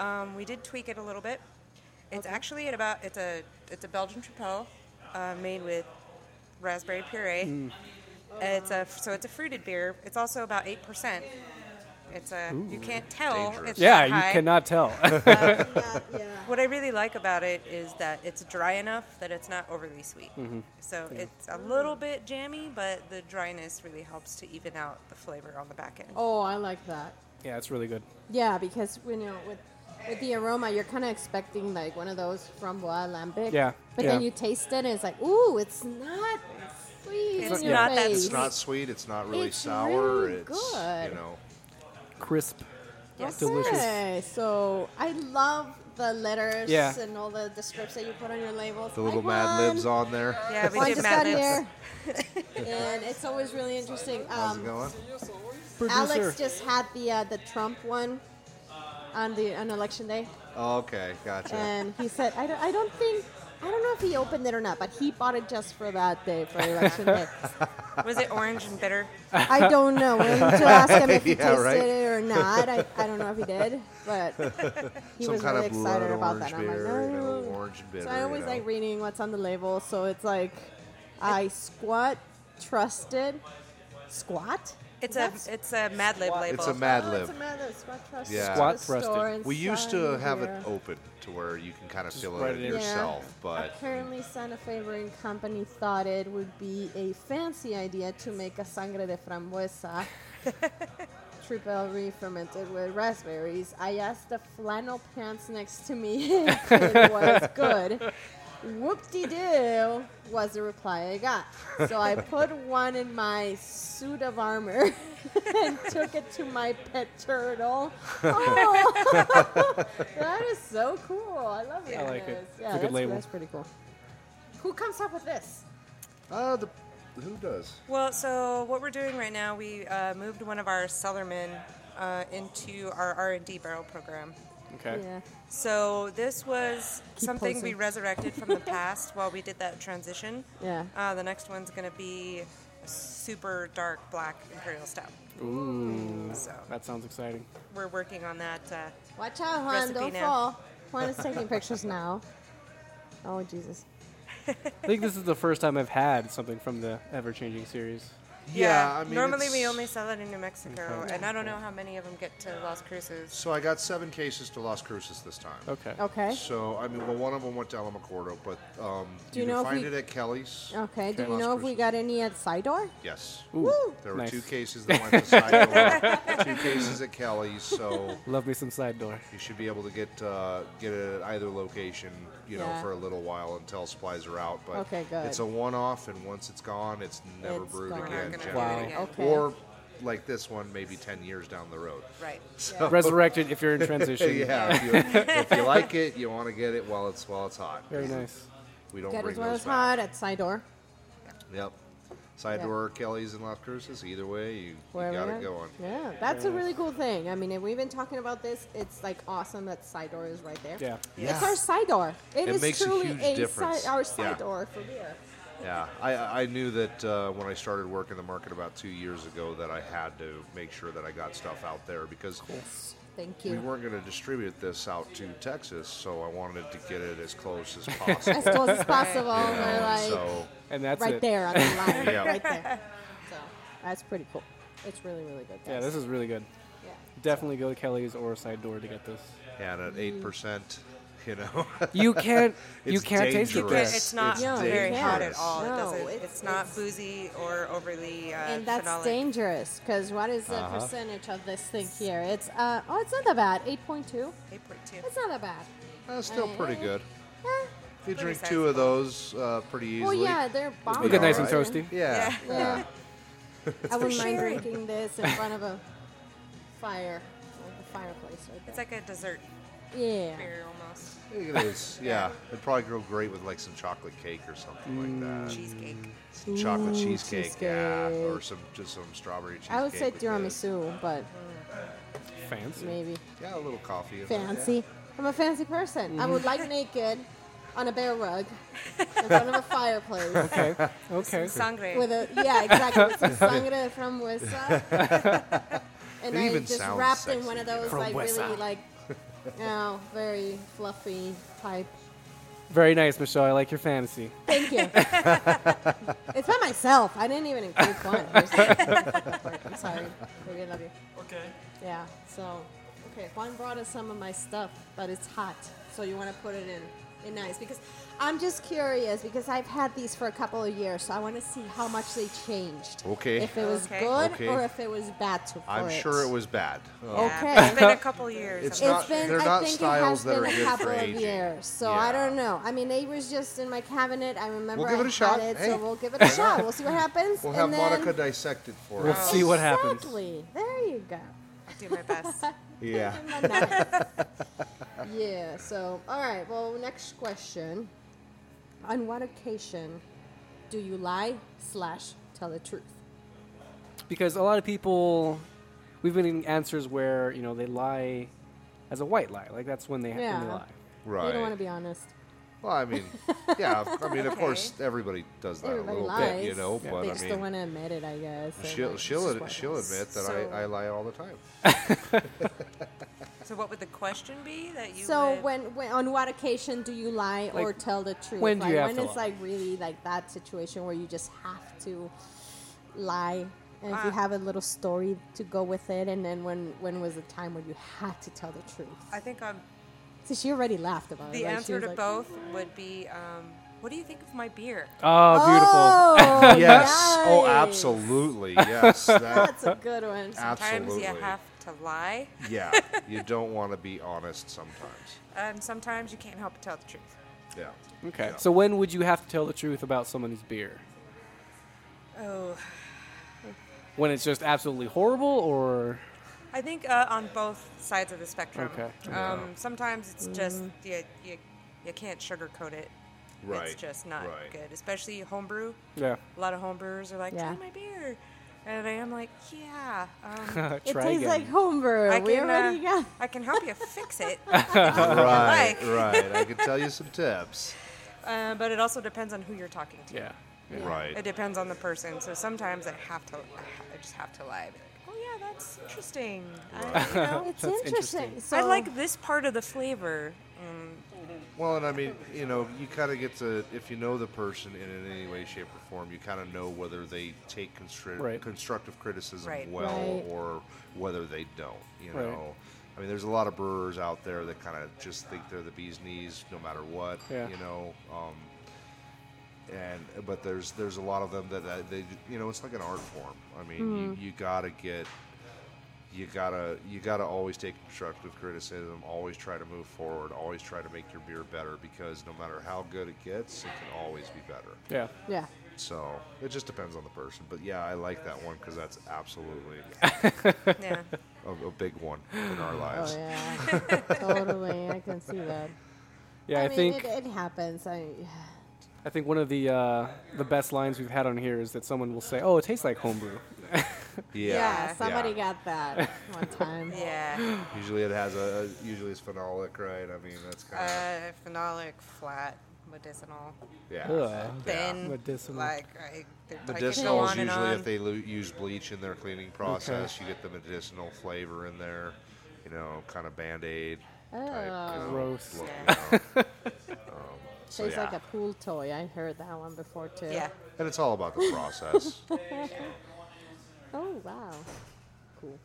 Speaker 4: Um, we did tweak it a little bit. It's actually at about it's a it's a Belgian tripel uh, made with raspberry puree. It's a so it's a fruited beer. It's also about eight percent. It's a you can't tell.
Speaker 3: Dangerous.
Speaker 4: It's
Speaker 1: Yeah,
Speaker 4: that high.
Speaker 1: you cannot tell.
Speaker 4: What I really like about it is that it's dry enough that it's not overly sweet.
Speaker 3: Mm-hmm.
Speaker 4: So it's a little bit jammy, but the dryness really helps to even out the flavor on the back end.
Speaker 2: Oh, I like that.
Speaker 1: yeah, it's really good.
Speaker 2: Yeah, because you know with with the aroma, you're kind of expecting like one of those framboise lambic.
Speaker 1: Yeah,
Speaker 2: But
Speaker 1: yeah.
Speaker 2: then you taste it and it's like, ooh, it's not sweet.
Speaker 4: It's
Speaker 2: in your
Speaker 4: not that
Speaker 2: face.
Speaker 3: It's not sweet. It's not really
Speaker 2: It's
Speaker 3: sour.
Speaker 2: really
Speaker 3: it's
Speaker 2: good.
Speaker 3: you know.
Speaker 1: Crisp.
Speaker 4: Yes.
Speaker 1: Delicious.
Speaker 2: Okay, so I love the letters
Speaker 1: Yeah.
Speaker 2: and all the, the scripts that you put on your labels.
Speaker 3: The little
Speaker 2: I
Speaker 3: Mad
Speaker 2: won.
Speaker 3: Libs on there.
Speaker 4: Yeah, we
Speaker 2: Oh, I
Speaker 4: did
Speaker 2: just
Speaker 4: Mad
Speaker 2: got
Speaker 4: Libs.
Speaker 2: here. and it's always really interesting.
Speaker 3: How's it
Speaker 2: Um,
Speaker 3: going?
Speaker 2: Alex just had the uh, the Trump one on the on election day.
Speaker 3: Oh, okay, gotcha.
Speaker 2: and he said, I don't, I don't think, I don't know if he opened it or not, but he bought it just for that day, for election day.
Speaker 4: Was it orange and bitter?
Speaker 2: I don't know. We need to ask him if he
Speaker 3: Yeah,
Speaker 2: tasted
Speaker 3: right.
Speaker 2: it or not. I, I don't know if he did, but he
Speaker 3: Some
Speaker 2: was
Speaker 3: kind
Speaker 2: really
Speaker 3: of blood
Speaker 2: excited about that.
Speaker 3: orange
Speaker 2: And I'm like,
Speaker 3: beer, you know,
Speaker 2: "No."
Speaker 3: orange and bitter.
Speaker 2: So I
Speaker 3: you
Speaker 2: always
Speaker 3: know.
Speaker 2: like reading what's on the label. So it's like, I squat, trusted, squat.
Speaker 4: It's a
Speaker 2: That's-
Speaker 4: it's a Mad Lib label.
Speaker 3: It's a Mad
Speaker 2: Oh, it's
Speaker 3: Lib.
Speaker 2: a Mad Lib, squat trusted.
Speaker 3: Yeah.
Speaker 1: Squat
Speaker 2: Store
Speaker 1: trusted.
Speaker 2: and
Speaker 3: We used
Speaker 2: sign
Speaker 3: to have
Speaker 2: here.
Speaker 3: it open to where you can kind of fill
Speaker 1: write
Speaker 3: it in
Speaker 1: it in.
Speaker 3: yourself, but
Speaker 2: Apparently, Santa Fe Brewing Company thought it would be a fancy idea to make a sangre de frambuesa, triple re-fermented with raspberries. I asked the flannel pants next to me if it was good. Whoop-de-doo was the reply I got. So I put one in my suit of armor and took it to my pet turtle. Oh, that is so cool. I love it.
Speaker 1: I like it. It's a
Speaker 2: Yeah,
Speaker 1: good
Speaker 2: that's,
Speaker 1: label.
Speaker 2: that's pretty cool. Who comes up with this?
Speaker 3: uh, the, who does?
Speaker 4: Well, so what we're doing right now, we uh, moved one of our cellarmen uh, into our R and D barrel program.
Speaker 1: Okay.
Speaker 2: Yeah.
Speaker 4: So this was
Speaker 2: Keep
Speaker 4: something we
Speaker 2: posing.
Speaker 4: resurrected from the past while we did that transition.
Speaker 2: Yeah.
Speaker 4: Uh, the next one's going to be a super dark black imperial stout.
Speaker 1: Ooh,
Speaker 4: So
Speaker 1: that sounds exciting.
Speaker 4: we're working on that. Uh,
Speaker 2: Watch out, Juan.
Speaker 4: Recipe
Speaker 2: Don't
Speaker 4: now.
Speaker 2: fall. Juan is taking pictures now. Oh, Jesus.
Speaker 1: I think this is the first time I've had something from the ever changing series.
Speaker 3: Yeah, I mean,
Speaker 4: normally we
Speaker 3: it's-
Speaker 4: only sell it in New Mexico,
Speaker 1: Okay.
Speaker 4: and I don't know how many of them get to Las Cruces.
Speaker 3: So I got seven cases to Las Cruces this time.
Speaker 1: Okay.
Speaker 2: Okay.
Speaker 3: So I mean, well, one of them went to Alamogordo, but um,
Speaker 2: Do
Speaker 3: you
Speaker 2: you
Speaker 3: can
Speaker 2: know if
Speaker 3: find
Speaker 2: we-
Speaker 3: it at Kelly's.
Speaker 2: Okay. Do
Speaker 3: Okay.
Speaker 2: you
Speaker 3: Las
Speaker 2: know if we
Speaker 3: Cruces.
Speaker 2: got any at Sidor?
Speaker 3: Yes.
Speaker 1: Ooh,
Speaker 3: There were
Speaker 1: nice.
Speaker 3: two cases that went to Sidor, two cases at Kelly's, so
Speaker 1: Love me some side door.
Speaker 3: you should be able to get uh, get it at either location, you know,
Speaker 2: Yeah.
Speaker 3: for a little while until supplies are out. But
Speaker 2: Okay, good.
Speaker 3: it's a one-off, and once it's gone, it's never
Speaker 2: It's
Speaker 3: brewed
Speaker 2: gone. We're not
Speaker 3: again.
Speaker 4: gonna do it
Speaker 3: generally.
Speaker 4: again. Wow.
Speaker 2: Okay.
Speaker 3: Or like this one, maybe ten years down the road.
Speaker 4: Right.
Speaker 3: So-
Speaker 1: Resurrected if you're in transition.
Speaker 3: yeah, if you, if you like it, you want to get it while it's while it's hot.
Speaker 1: Very nice.
Speaker 3: We don't
Speaker 2: Get
Speaker 3: bring
Speaker 2: it while
Speaker 3: those
Speaker 2: it's hot
Speaker 3: back.
Speaker 2: at Sidor.
Speaker 3: Yep. Side door Kelly's and Las Cruces. Either way, you, you
Speaker 2: Wherever
Speaker 3: got
Speaker 2: we
Speaker 3: it
Speaker 2: are.
Speaker 3: going.
Speaker 2: Yeah, that's a really cool thing. I mean, if we've been talking about this, it's like awesome that Sidor is right there.
Speaker 1: Yeah.
Speaker 2: It's our Sidor. it
Speaker 3: It
Speaker 2: is
Speaker 3: makes a
Speaker 2: truly
Speaker 3: huge
Speaker 2: a
Speaker 3: difference.
Speaker 2: Si- our
Speaker 3: Yeah.
Speaker 2: Sidor for beer.
Speaker 3: yeah, I, I knew that uh, when I started working the market about two years ago that I had to make sure that I got stuff out there because
Speaker 2: Thank
Speaker 3: we
Speaker 2: you.
Speaker 3: weren't going to distribute this out to Texas, so I wanted to get it as close as
Speaker 2: As
Speaker 3: possible.
Speaker 2: close as possible.
Speaker 3: you know,
Speaker 2: We're like
Speaker 3: so
Speaker 1: and that's
Speaker 2: right
Speaker 1: it.
Speaker 2: there on the line.
Speaker 3: Yeah.
Speaker 2: Right there. So that's pretty cool. It's really, really good. Guys.
Speaker 1: Yeah, this is really good.
Speaker 2: Yeah.
Speaker 1: Definitely go to Kelly's or Side Door to get this.
Speaker 3: and at eight percent, you know,
Speaker 1: You can't. you
Speaker 3: It's
Speaker 1: can't taste it
Speaker 3: dangerous.
Speaker 4: But
Speaker 1: there.
Speaker 3: Yes,
Speaker 4: it's not
Speaker 2: it's
Speaker 4: very hot at
Speaker 2: dangerous.
Speaker 4: all.
Speaker 2: No,
Speaker 4: it doesn't.
Speaker 2: it's-
Speaker 4: It's, not
Speaker 2: it's-
Speaker 4: boozy or overly uh,
Speaker 2: and that's
Speaker 4: phenolic.
Speaker 2: dangerous because what is the
Speaker 3: Uh-huh.
Speaker 2: percentage of this thing here? It's uh oh, it's not that bad. Eight point two.
Speaker 4: 8.2.
Speaker 2: It's not that bad.
Speaker 3: that's still pretty good.
Speaker 2: Eh.
Speaker 3: If you
Speaker 4: Pretty
Speaker 3: drink two of
Speaker 4: sizable.
Speaker 3: those uh, pretty easily.
Speaker 2: Well, yeah, they're bomb.
Speaker 1: Look at nice and
Speaker 2: rolls,
Speaker 1: toasty.
Speaker 2: man.
Speaker 3: Yeah,
Speaker 4: Yeah.
Speaker 3: yeah.
Speaker 2: Yeah. I wouldn't mind
Speaker 4: Sherry.
Speaker 2: drinking this in front of a fire, like a fireplace right
Speaker 4: It's
Speaker 2: there.
Speaker 4: like a dessert
Speaker 2: yeah.
Speaker 4: beer almost.
Speaker 3: I think it is. Yeah, it'd probably go great with like some chocolate cake or something like
Speaker 2: Mm.
Speaker 3: that.
Speaker 4: Cheesecake.
Speaker 3: Some chocolate
Speaker 2: Ooh,
Speaker 3: cheesecake, yeah,
Speaker 2: cheesecake.
Speaker 3: or some just some strawberry cheesecake.
Speaker 2: I would say
Speaker 3: with the-
Speaker 2: tiramisu, but
Speaker 1: Fancy.
Speaker 2: maybe
Speaker 3: Yeah, a little coffee. in there.
Speaker 2: fancy. I'm a fancy person. I would
Speaker 3: Mm-hmm.
Speaker 2: like naked on a bear rug in front of a fireplace.
Speaker 1: Okay. Okay.
Speaker 4: Sangre.
Speaker 2: With a yeah, exactly. With some sangre from Wissa. and
Speaker 3: It
Speaker 2: I
Speaker 3: even
Speaker 2: just
Speaker 3: sounds
Speaker 2: wrapped in
Speaker 3: sexy,
Speaker 2: one of
Speaker 3: you know.
Speaker 2: those
Speaker 1: From
Speaker 2: like really
Speaker 1: Wessa.
Speaker 2: like you know, very fluffy type.
Speaker 1: Very nice, Michelle. I like your fantasy.
Speaker 2: Thank you. it's by myself. I didn't even include one. I'm sorry. Baby, I love you.
Speaker 5: Okay.
Speaker 2: Yeah. So okay, Juan brought us some of my stuff, but it's hot. So you want to put it in in nice because I'm just curious because I've had these for a couple of years, so I want to see how much they changed.
Speaker 3: Okay.
Speaker 2: If it was
Speaker 4: Okay.
Speaker 2: good
Speaker 3: Okay.
Speaker 2: or if it was bad. To, for Oh,
Speaker 3: I'm sure it was bad. Uh,
Speaker 2: Okay.
Speaker 4: Yeah, It's been a couple years.
Speaker 3: It's
Speaker 2: It's
Speaker 4: I'm
Speaker 3: not-
Speaker 2: been,
Speaker 3: they're
Speaker 2: I
Speaker 3: not
Speaker 2: think
Speaker 3: styles
Speaker 2: it has
Speaker 3: that
Speaker 2: been
Speaker 3: are
Speaker 2: a
Speaker 3: good for
Speaker 2: couple of
Speaker 3: aging.
Speaker 2: years, so
Speaker 3: Yeah.
Speaker 2: I don't know. I mean, they was just in my cabinet. I remember
Speaker 3: We'll give
Speaker 2: I
Speaker 3: it a
Speaker 2: had
Speaker 3: shot.
Speaker 2: it,
Speaker 3: Hey.
Speaker 2: so we'll give it a shot. We'll see what happens.
Speaker 3: We'll
Speaker 2: and
Speaker 3: have
Speaker 2: then
Speaker 3: Monica dissect it for
Speaker 1: We'll
Speaker 3: us.
Speaker 1: see what happens.
Speaker 2: Exactly. There you go.
Speaker 4: gonna do my best.
Speaker 3: Yeah.
Speaker 2: yeah, so, all right, well, next question. On what occasion do you lie slash tell the truth?
Speaker 1: because a lot of people we've been getting answers where you know they lie as a white lie like that's when they, when they
Speaker 2: Yeah.
Speaker 1: lie
Speaker 3: Right.
Speaker 2: You don't want to be honest.
Speaker 3: Well, I mean, yeah. of- I mean, of course, everybody does that
Speaker 2: Everybody
Speaker 3: a little
Speaker 2: lies.
Speaker 3: bit, you know.
Speaker 2: Yeah.
Speaker 3: But
Speaker 2: they
Speaker 3: I
Speaker 2: just
Speaker 3: mean,
Speaker 2: don't want to admit it, I guess. They're
Speaker 3: she'll
Speaker 2: like,
Speaker 3: she'll
Speaker 2: "This is
Speaker 3: ad-
Speaker 2: what it
Speaker 3: she'll
Speaker 2: is."
Speaker 3: admit that
Speaker 4: So-
Speaker 3: I, I lie all the time.
Speaker 4: So, what would the question be that you
Speaker 2: So
Speaker 4: would
Speaker 2: when, when on what occasion do you lie or
Speaker 1: Like,
Speaker 2: tell the truth?
Speaker 1: when do
Speaker 2: like,
Speaker 1: you have
Speaker 2: when
Speaker 1: to
Speaker 2: it's
Speaker 1: lie?
Speaker 2: like really like that situation where you just have to lie, and if you
Speaker 4: Uh,
Speaker 2: have a little story to go with it, and then when when was the time when you had to tell the truth?
Speaker 4: I think um,
Speaker 2: So she already laughed about it.
Speaker 4: the
Speaker 2: like, she
Speaker 4: answer
Speaker 2: was
Speaker 4: to
Speaker 2: like,
Speaker 4: both would be um, what do you think of my beer?
Speaker 1: oh beautiful
Speaker 2: Oh,
Speaker 3: yes. Oh,
Speaker 2: nice.
Speaker 3: absolutely. Yes. That,
Speaker 2: That's a good one.
Speaker 4: Times
Speaker 3: absolutely.
Speaker 4: you have to lie,
Speaker 3: yeah. You don't want to be honest sometimes.
Speaker 4: and sometimes you can't help but tell the truth.
Speaker 3: Yeah.
Speaker 1: okay
Speaker 3: Yeah.
Speaker 1: so when would you have to tell the truth about someone's beer
Speaker 4: Oh,
Speaker 1: when it's just absolutely horrible or
Speaker 4: I think uh, on both sides of the spectrum.
Speaker 1: Okay.
Speaker 4: Um, sometimes it's just
Speaker 2: Mm-hmm.
Speaker 4: you, you, you can't sugarcoat it.
Speaker 3: Right,
Speaker 4: It's just not
Speaker 3: right.
Speaker 4: good, especially homebrew.
Speaker 1: yeah
Speaker 4: A lot of homebrewers are like,
Speaker 2: Yeah.
Speaker 4: try my beer. And I'm like, yeah, um,
Speaker 2: It
Speaker 1: try
Speaker 2: tastes
Speaker 1: again
Speaker 2: like homebrew.
Speaker 4: I,
Speaker 2: we
Speaker 4: can,
Speaker 2: already
Speaker 4: uh,
Speaker 2: got.
Speaker 4: I can help you fix it.
Speaker 3: Right.
Speaker 4: like.
Speaker 3: Right. I could tell you some tips.
Speaker 4: Uh, but it also depends on who you're talking to.
Speaker 1: yeah yeah.
Speaker 3: Right.
Speaker 4: It depends on the person. So sometimes I have to, I just have to lie. Be like, oh yeah, that's interesting. I, you know,
Speaker 2: It's
Speaker 1: That's
Speaker 2: interesting.
Speaker 1: interesting.
Speaker 2: So
Speaker 4: I like this part of the flavor.
Speaker 3: Well, and I mean, you know, you kind of get to if you know the person in any way, shape, or form, you kind of know whether they take constru-
Speaker 1: Right.
Speaker 3: constructive criticism
Speaker 4: Right.
Speaker 3: well
Speaker 2: Right.
Speaker 3: or whether they don't. You
Speaker 1: Right.
Speaker 3: know, I mean, there's a lot of brewers out there that kind of just think they're the bee's knees no matter what.
Speaker 1: Yeah.
Speaker 3: You know, um, and but there's there's a lot of them that uh, they you know it's like an art form. I mean, you, you gotta get you gotta you gotta always take constructive criticism always try to move forward always try to make your beer better because no matter how good it gets it can always be better
Speaker 1: yeah
Speaker 2: Yeah.
Speaker 3: so it just depends on the person but yeah i like that one because that's absolutely
Speaker 4: Yeah.
Speaker 3: a, a big one in our lives
Speaker 2: Oh yeah. totally. I can see that.
Speaker 1: yeah i,
Speaker 2: mean,
Speaker 1: think
Speaker 2: it, it happens. I.
Speaker 1: i think one of the uh, the best lines we've had on here is that someone will say oh it tastes like homebrew
Speaker 3: yeah,
Speaker 2: Yeah, somebody
Speaker 3: yeah.
Speaker 2: got that one time.
Speaker 4: yeah.
Speaker 3: usually it has a usually it's phenolic right i mean that's kind of
Speaker 4: Uh, phenolic flat. medicinal
Speaker 3: Yeah.
Speaker 1: Ugh.
Speaker 3: yeah.
Speaker 4: thing.
Speaker 1: Medicinal.
Speaker 4: Like, I, they're- I could go
Speaker 3: Medicinal is
Speaker 4: on and
Speaker 3: usually
Speaker 4: on.
Speaker 3: if they lo- use bleach in their cleaning process, you get the medicinal flavor in there. You know, kind of band aid.
Speaker 2: Oh.
Speaker 1: Gross.
Speaker 3: So,
Speaker 2: Tastes
Speaker 3: yeah.
Speaker 2: like a pool toy. I heard that one before too.
Speaker 4: Yeah.
Speaker 3: And it's all about the process.
Speaker 2: Oh wow. Cool.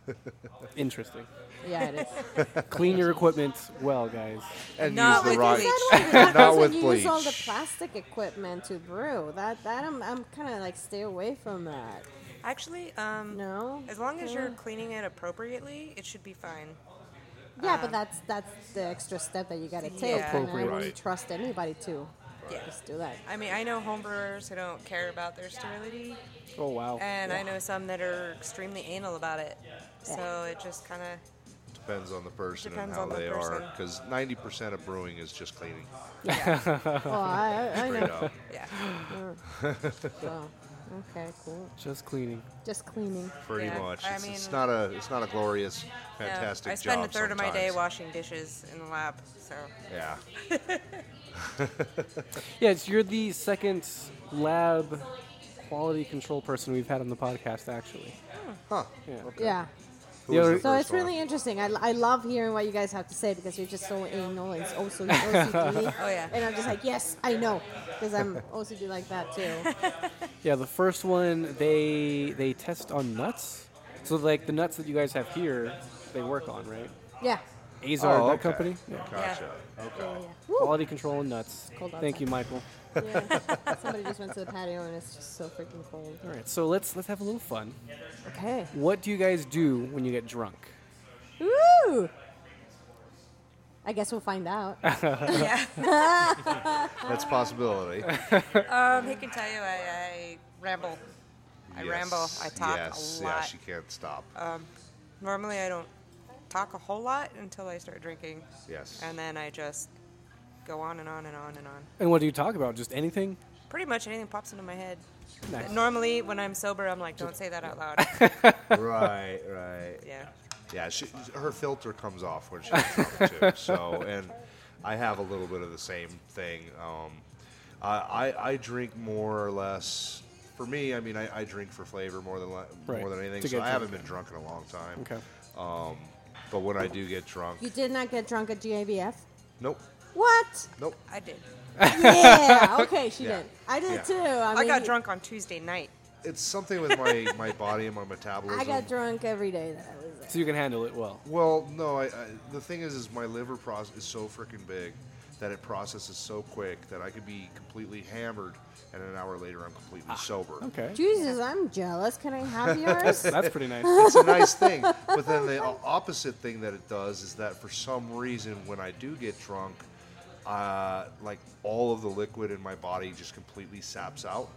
Speaker 1: Interesting.
Speaker 2: Yeah, it is.
Speaker 1: Clean your equipment well, guys.
Speaker 3: and use
Speaker 4: Not with
Speaker 3: the right.
Speaker 2: Is that
Speaker 3: Not
Speaker 2: when
Speaker 3: with
Speaker 2: you
Speaker 3: bleach.
Speaker 2: use all the plastic equipment to brew. That that I'm I'm kind of like stay away from that.
Speaker 4: Actually, um,
Speaker 2: No.
Speaker 4: as long as
Speaker 2: Yeah.
Speaker 4: you're cleaning it appropriately, it should be fine.
Speaker 2: Yeah, but that's that's the extra step that you got to take. And I
Speaker 1: Appropriate.
Speaker 2: wouldn't
Speaker 3: Right.
Speaker 2: trust anybody to
Speaker 4: Yeah.
Speaker 2: just do that.
Speaker 4: I mean, I know homebrewers who don't care about their sterility,
Speaker 1: Oh wow.
Speaker 4: and I know some that are extremely anal about it. So it just kind of
Speaker 3: Depends on the person
Speaker 4: Depends
Speaker 3: and
Speaker 4: on
Speaker 3: how
Speaker 4: the
Speaker 3: they are.
Speaker 4: person.
Speaker 3: Because 90% of brewing is just cleaning.
Speaker 4: yeah,
Speaker 2: Oh, I, I
Speaker 3: Straight
Speaker 2: know.
Speaker 3: up.
Speaker 4: yeah.
Speaker 2: So, okay, cool.
Speaker 1: Just cleaning.
Speaker 2: Just cleaning.
Speaker 3: Pretty
Speaker 4: Yeah,
Speaker 3: much.
Speaker 4: I
Speaker 3: It's, it's
Speaker 4: mean-
Speaker 3: not a it's not a glorious,
Speaker 4: No,
Speaker 3: fantastic
Speaker 4: I spend a
Speaker 3: job
Speaker 4: third of my day
Speaker 3: sometimes.
Speaker 4: washing dishes in the lab. So
Speaker 3: Yeah.
Speaker 1: Yeah, it's, you're the second lab quality control person we've had on the podcast, actually.
Speaker 3: Huh.
Speaker 1: Yeah.
Speaker 2: Yeah.
Speaker 3: Who
Speaker 1: Yeah,
Speaker 3: was the
Speaker 1: or-
Speaker 2: So
Speaker 3: first
Speaker 2: it's really
Speaker 3: one?
Speaker 2: interesting. I, I love hearing what you guys have to say because you're just so anal and oh so OCD.
Speaker 4: Oh, yeah.
Speaker 2: And I'm just like, yes, I know, because I'm OCD like that too.
Speaker 1: Yeah, the first one they they test on nuts. So like the nuts that you guys have here, they work on, right?
Speaker 2: Yeah.
Speaker 1: Azar
Speaker 3: Oh,
Speaker 1: Nut
Speaker 3: okay.
Speaker 1: Company. Yeah.
Speaker 3: Gotcha. Okay.
Speaker 2: Yeah. yeah. Woo.
Speaker 1: Quality control and nuts.
Speaker 2: cold
Speaker 1: Thank
Speaker 2: outside.
Speaker 1: you, Michael.
Speaker 2: Yeah. Somebody just went to the patio and it's just so freaking cold.
Speaker 1: All right, so let's let's have a little fun.
Speaker 2: Okay.
Speaker 1: What do you guys do when you get drunk?
Speaker 2: Woo! I guess we'll find out.
Speaker 4: yeah,
Speaker 3: That's a possibility.
Speaker 4: um, he can tell you I, I ramble. I
Speaker 3: Yes,
Speaker 4: ramble. I talk
Speaker 3: yes,
Speaker 4: a lot.
Speaker 3: Yeah, she can't stop.
Speaker 4: Normally, I don't talk a whole lot until I start drinking,
Speaker 3: yes.
Speaker 4: and then I just go on and on and on and on.
Speaker 1: And what do you talk about? Just anything?
Speaker 4: Pretty much anything pops into my head.
Speaker 1: Nice.
Speaker 4: Normally, when I'm sober, I'm like, don't say that out loud.
Speaker 3: right, right.
Speaker 4: yeah.
Speaker 3: Yeah, she, her filter comes off when she's drunk too. So, and I have a little bit of the same thing. Um, I, I I drink more or less. For me, I mean, I, I drink for flavor more than li-
Speaker 1: Right,
Speaker 3: more than anything.
Speaker 1: to
Speaker 3: So
Speaker 1: get
Speaker 3: I haven't
Speaker 1: drunk.
Speaker 3: been drunk in a long time.
Speaker 1: Okay.
Speaker 3: But when I do get drunk,
Speaker 2: You did not get drunk at GABF?
Speaker 3: nope,
Speaker 2: What?
Speaker 3: nope.
Speaker 4: I did.
Speaker 2: Yeah. Okay, she
Speaker 3: Yeah.
Speaker 2: did. I did
Speaker 3: Yeah.
Speaker 2: too. I,
Speaker 4: I
Speaker 2: mean,
Speaker 4: got drunk on Tuesday night.
Speaker 3: It's something with my, my body and my metabolism.
Speaker 2: I got drunk every day that I was there.
Speaker 1: So you can handle it well.
Speaker 3: Well, no. I, I the thing is, is my liver process is so freaking big that it processes so quick that I could be completely hammered, and an hour later I'm completely sober.
Speaker 1: Ah, Okay.
Speaker 2: Jesus, I'm jealous. Can I have yours?
Speaker 1: That's pretty nice.
Speaker 3: It's a nice thing. But then the o- opposite thing that it does is that for some reason, when I do get drunk, uh, like all of the liquid in my body just completely saps out,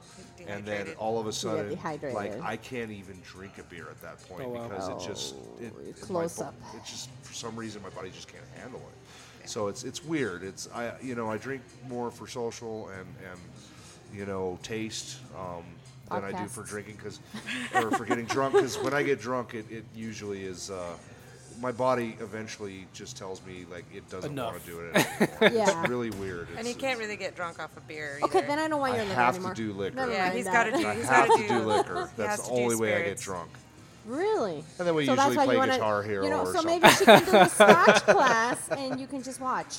Speaker 3: and then
Speaker 4: Dehydrated.
Speaker 3: all of a sudden,
Speaker 2: dehydrated.
Speaker 3: like I can't even drink a beer at that point
Speaker 1: Oh, wow.
Speaker 3: because it just it,
Speaker 2: Oh,
Speaker 3: it- my
Speaker 2: close
Speaker 3: bo-
Speaker 2: up.
Speaker 3: It just for some reason my body just can't handle it. So it's it's weird. It's I you know I drink more for social and and you know taste um, than I do for
Speaker 2: Podcasts.
Speaker 3: drinking because or for getting drunk because when I get drunk it, it usually is uh, my body eventually just tells me like it doesn't
Speaker 1: Enough.
Speaker 3: want to do it anymore.
Speaker 2: Yeah.
Speaker 3: It's really weird. It's,
Speaker 4: And you
Speaker 3: it's-
Speaker 4: can't really get drunk off a beer either.
Speaker 2: okay, then I don't want
Speaker 3: I
Speaker 2: your liquor
Speaker 3: have to
Speaker 2: anymore.
Speaker 3: do liquor.
Speaker 2: Never
Speaker 4: Yeah,
Speaker 2: mind
Speaker 4: he's
Speaker 2: that.
Speaker 4: gotta do-
Speaker 3: I
Speaker 4: he's
Speaker 3: have
Speaker 4: gotta
Speaker 3: to do
Speaker 4: do-
Speaker 3: liquor.
Speaker 4: he
Speaker 3: That's
Speaker 4: has
Speaker 3: the
Speaker 4: to do
Speaker 3: only way I get
Speaker 4: spirits.
Speaker 3: drunk.
Speaker 2: Really?
Speaker 3: And then we
Speaker 2: so that's
Speaker 3: usually
Speaker 2: why
Speaker 3: play
Speaker 2: you wanna,
Speaker 3: Guitar Hero
Speaker 2: you know,
Speaker 3: or
Speaker 2: so
Speaker 3: something.
Speaker 2: maybe she can do a scotch class and you can just watch,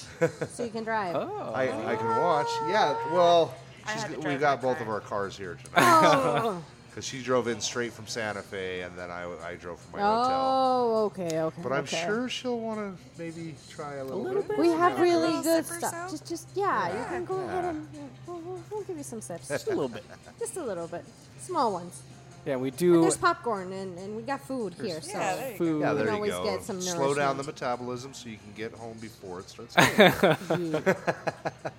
Speaker 2: so you can drive. Oh,
Speaker 3: I, I can watch. Yeah, well,
Speaker 4: I
Speaker 3: she's,
Speaker 4: had to
Speaker 3: we
Speaker 4: drive
Speaker 3: got
Speaker 4: my
Speaker 3: both
Speaker 4: car.
Speaker 3: of our cars here tonight
Speaker 2: Oh,
Speaker 3: because she drove in straight from Santa Fe, and then I, I drove from my hotel.
Speaker 2: oh, okay, okay.
Speaker 3: But I'm
Speaker 2: okay.
Speaker 3: sure she'll want to maybe try a little, bit.
Speaker 2: we have really
Speaker 4: little
Speaker 2: good
Speaker 4: sip or
Speaker 2: stuff.
Speaker 4: so?
Speaker 2: Just, just yeah, you can go ahead and we'll, we'll, we'll give you some sips,
Speaker 1: Just a little bit.
Speaker 2: just a little bit, small ones.
Speaker 1: Yeah, we
Speaker 2: But
Speaker 1: do
Speaker 2: there's popcorn and, and we got food here, so
Speaker 4: Yeah, there you go.
Speaker 1: food.
Speaker 3: Yeah,
Speaker 2: We
Speaker 3: there
Speaker 2: can
Speaker 3: you
Speaker 2: always
Speaker 3: go.
Speaker 2: get some
Speaker 3: Slow down the
Speaker 2: nourishment.
Speaker 3: metabolism so you can get home before it starts. Getting
Speaker 2: Yeah.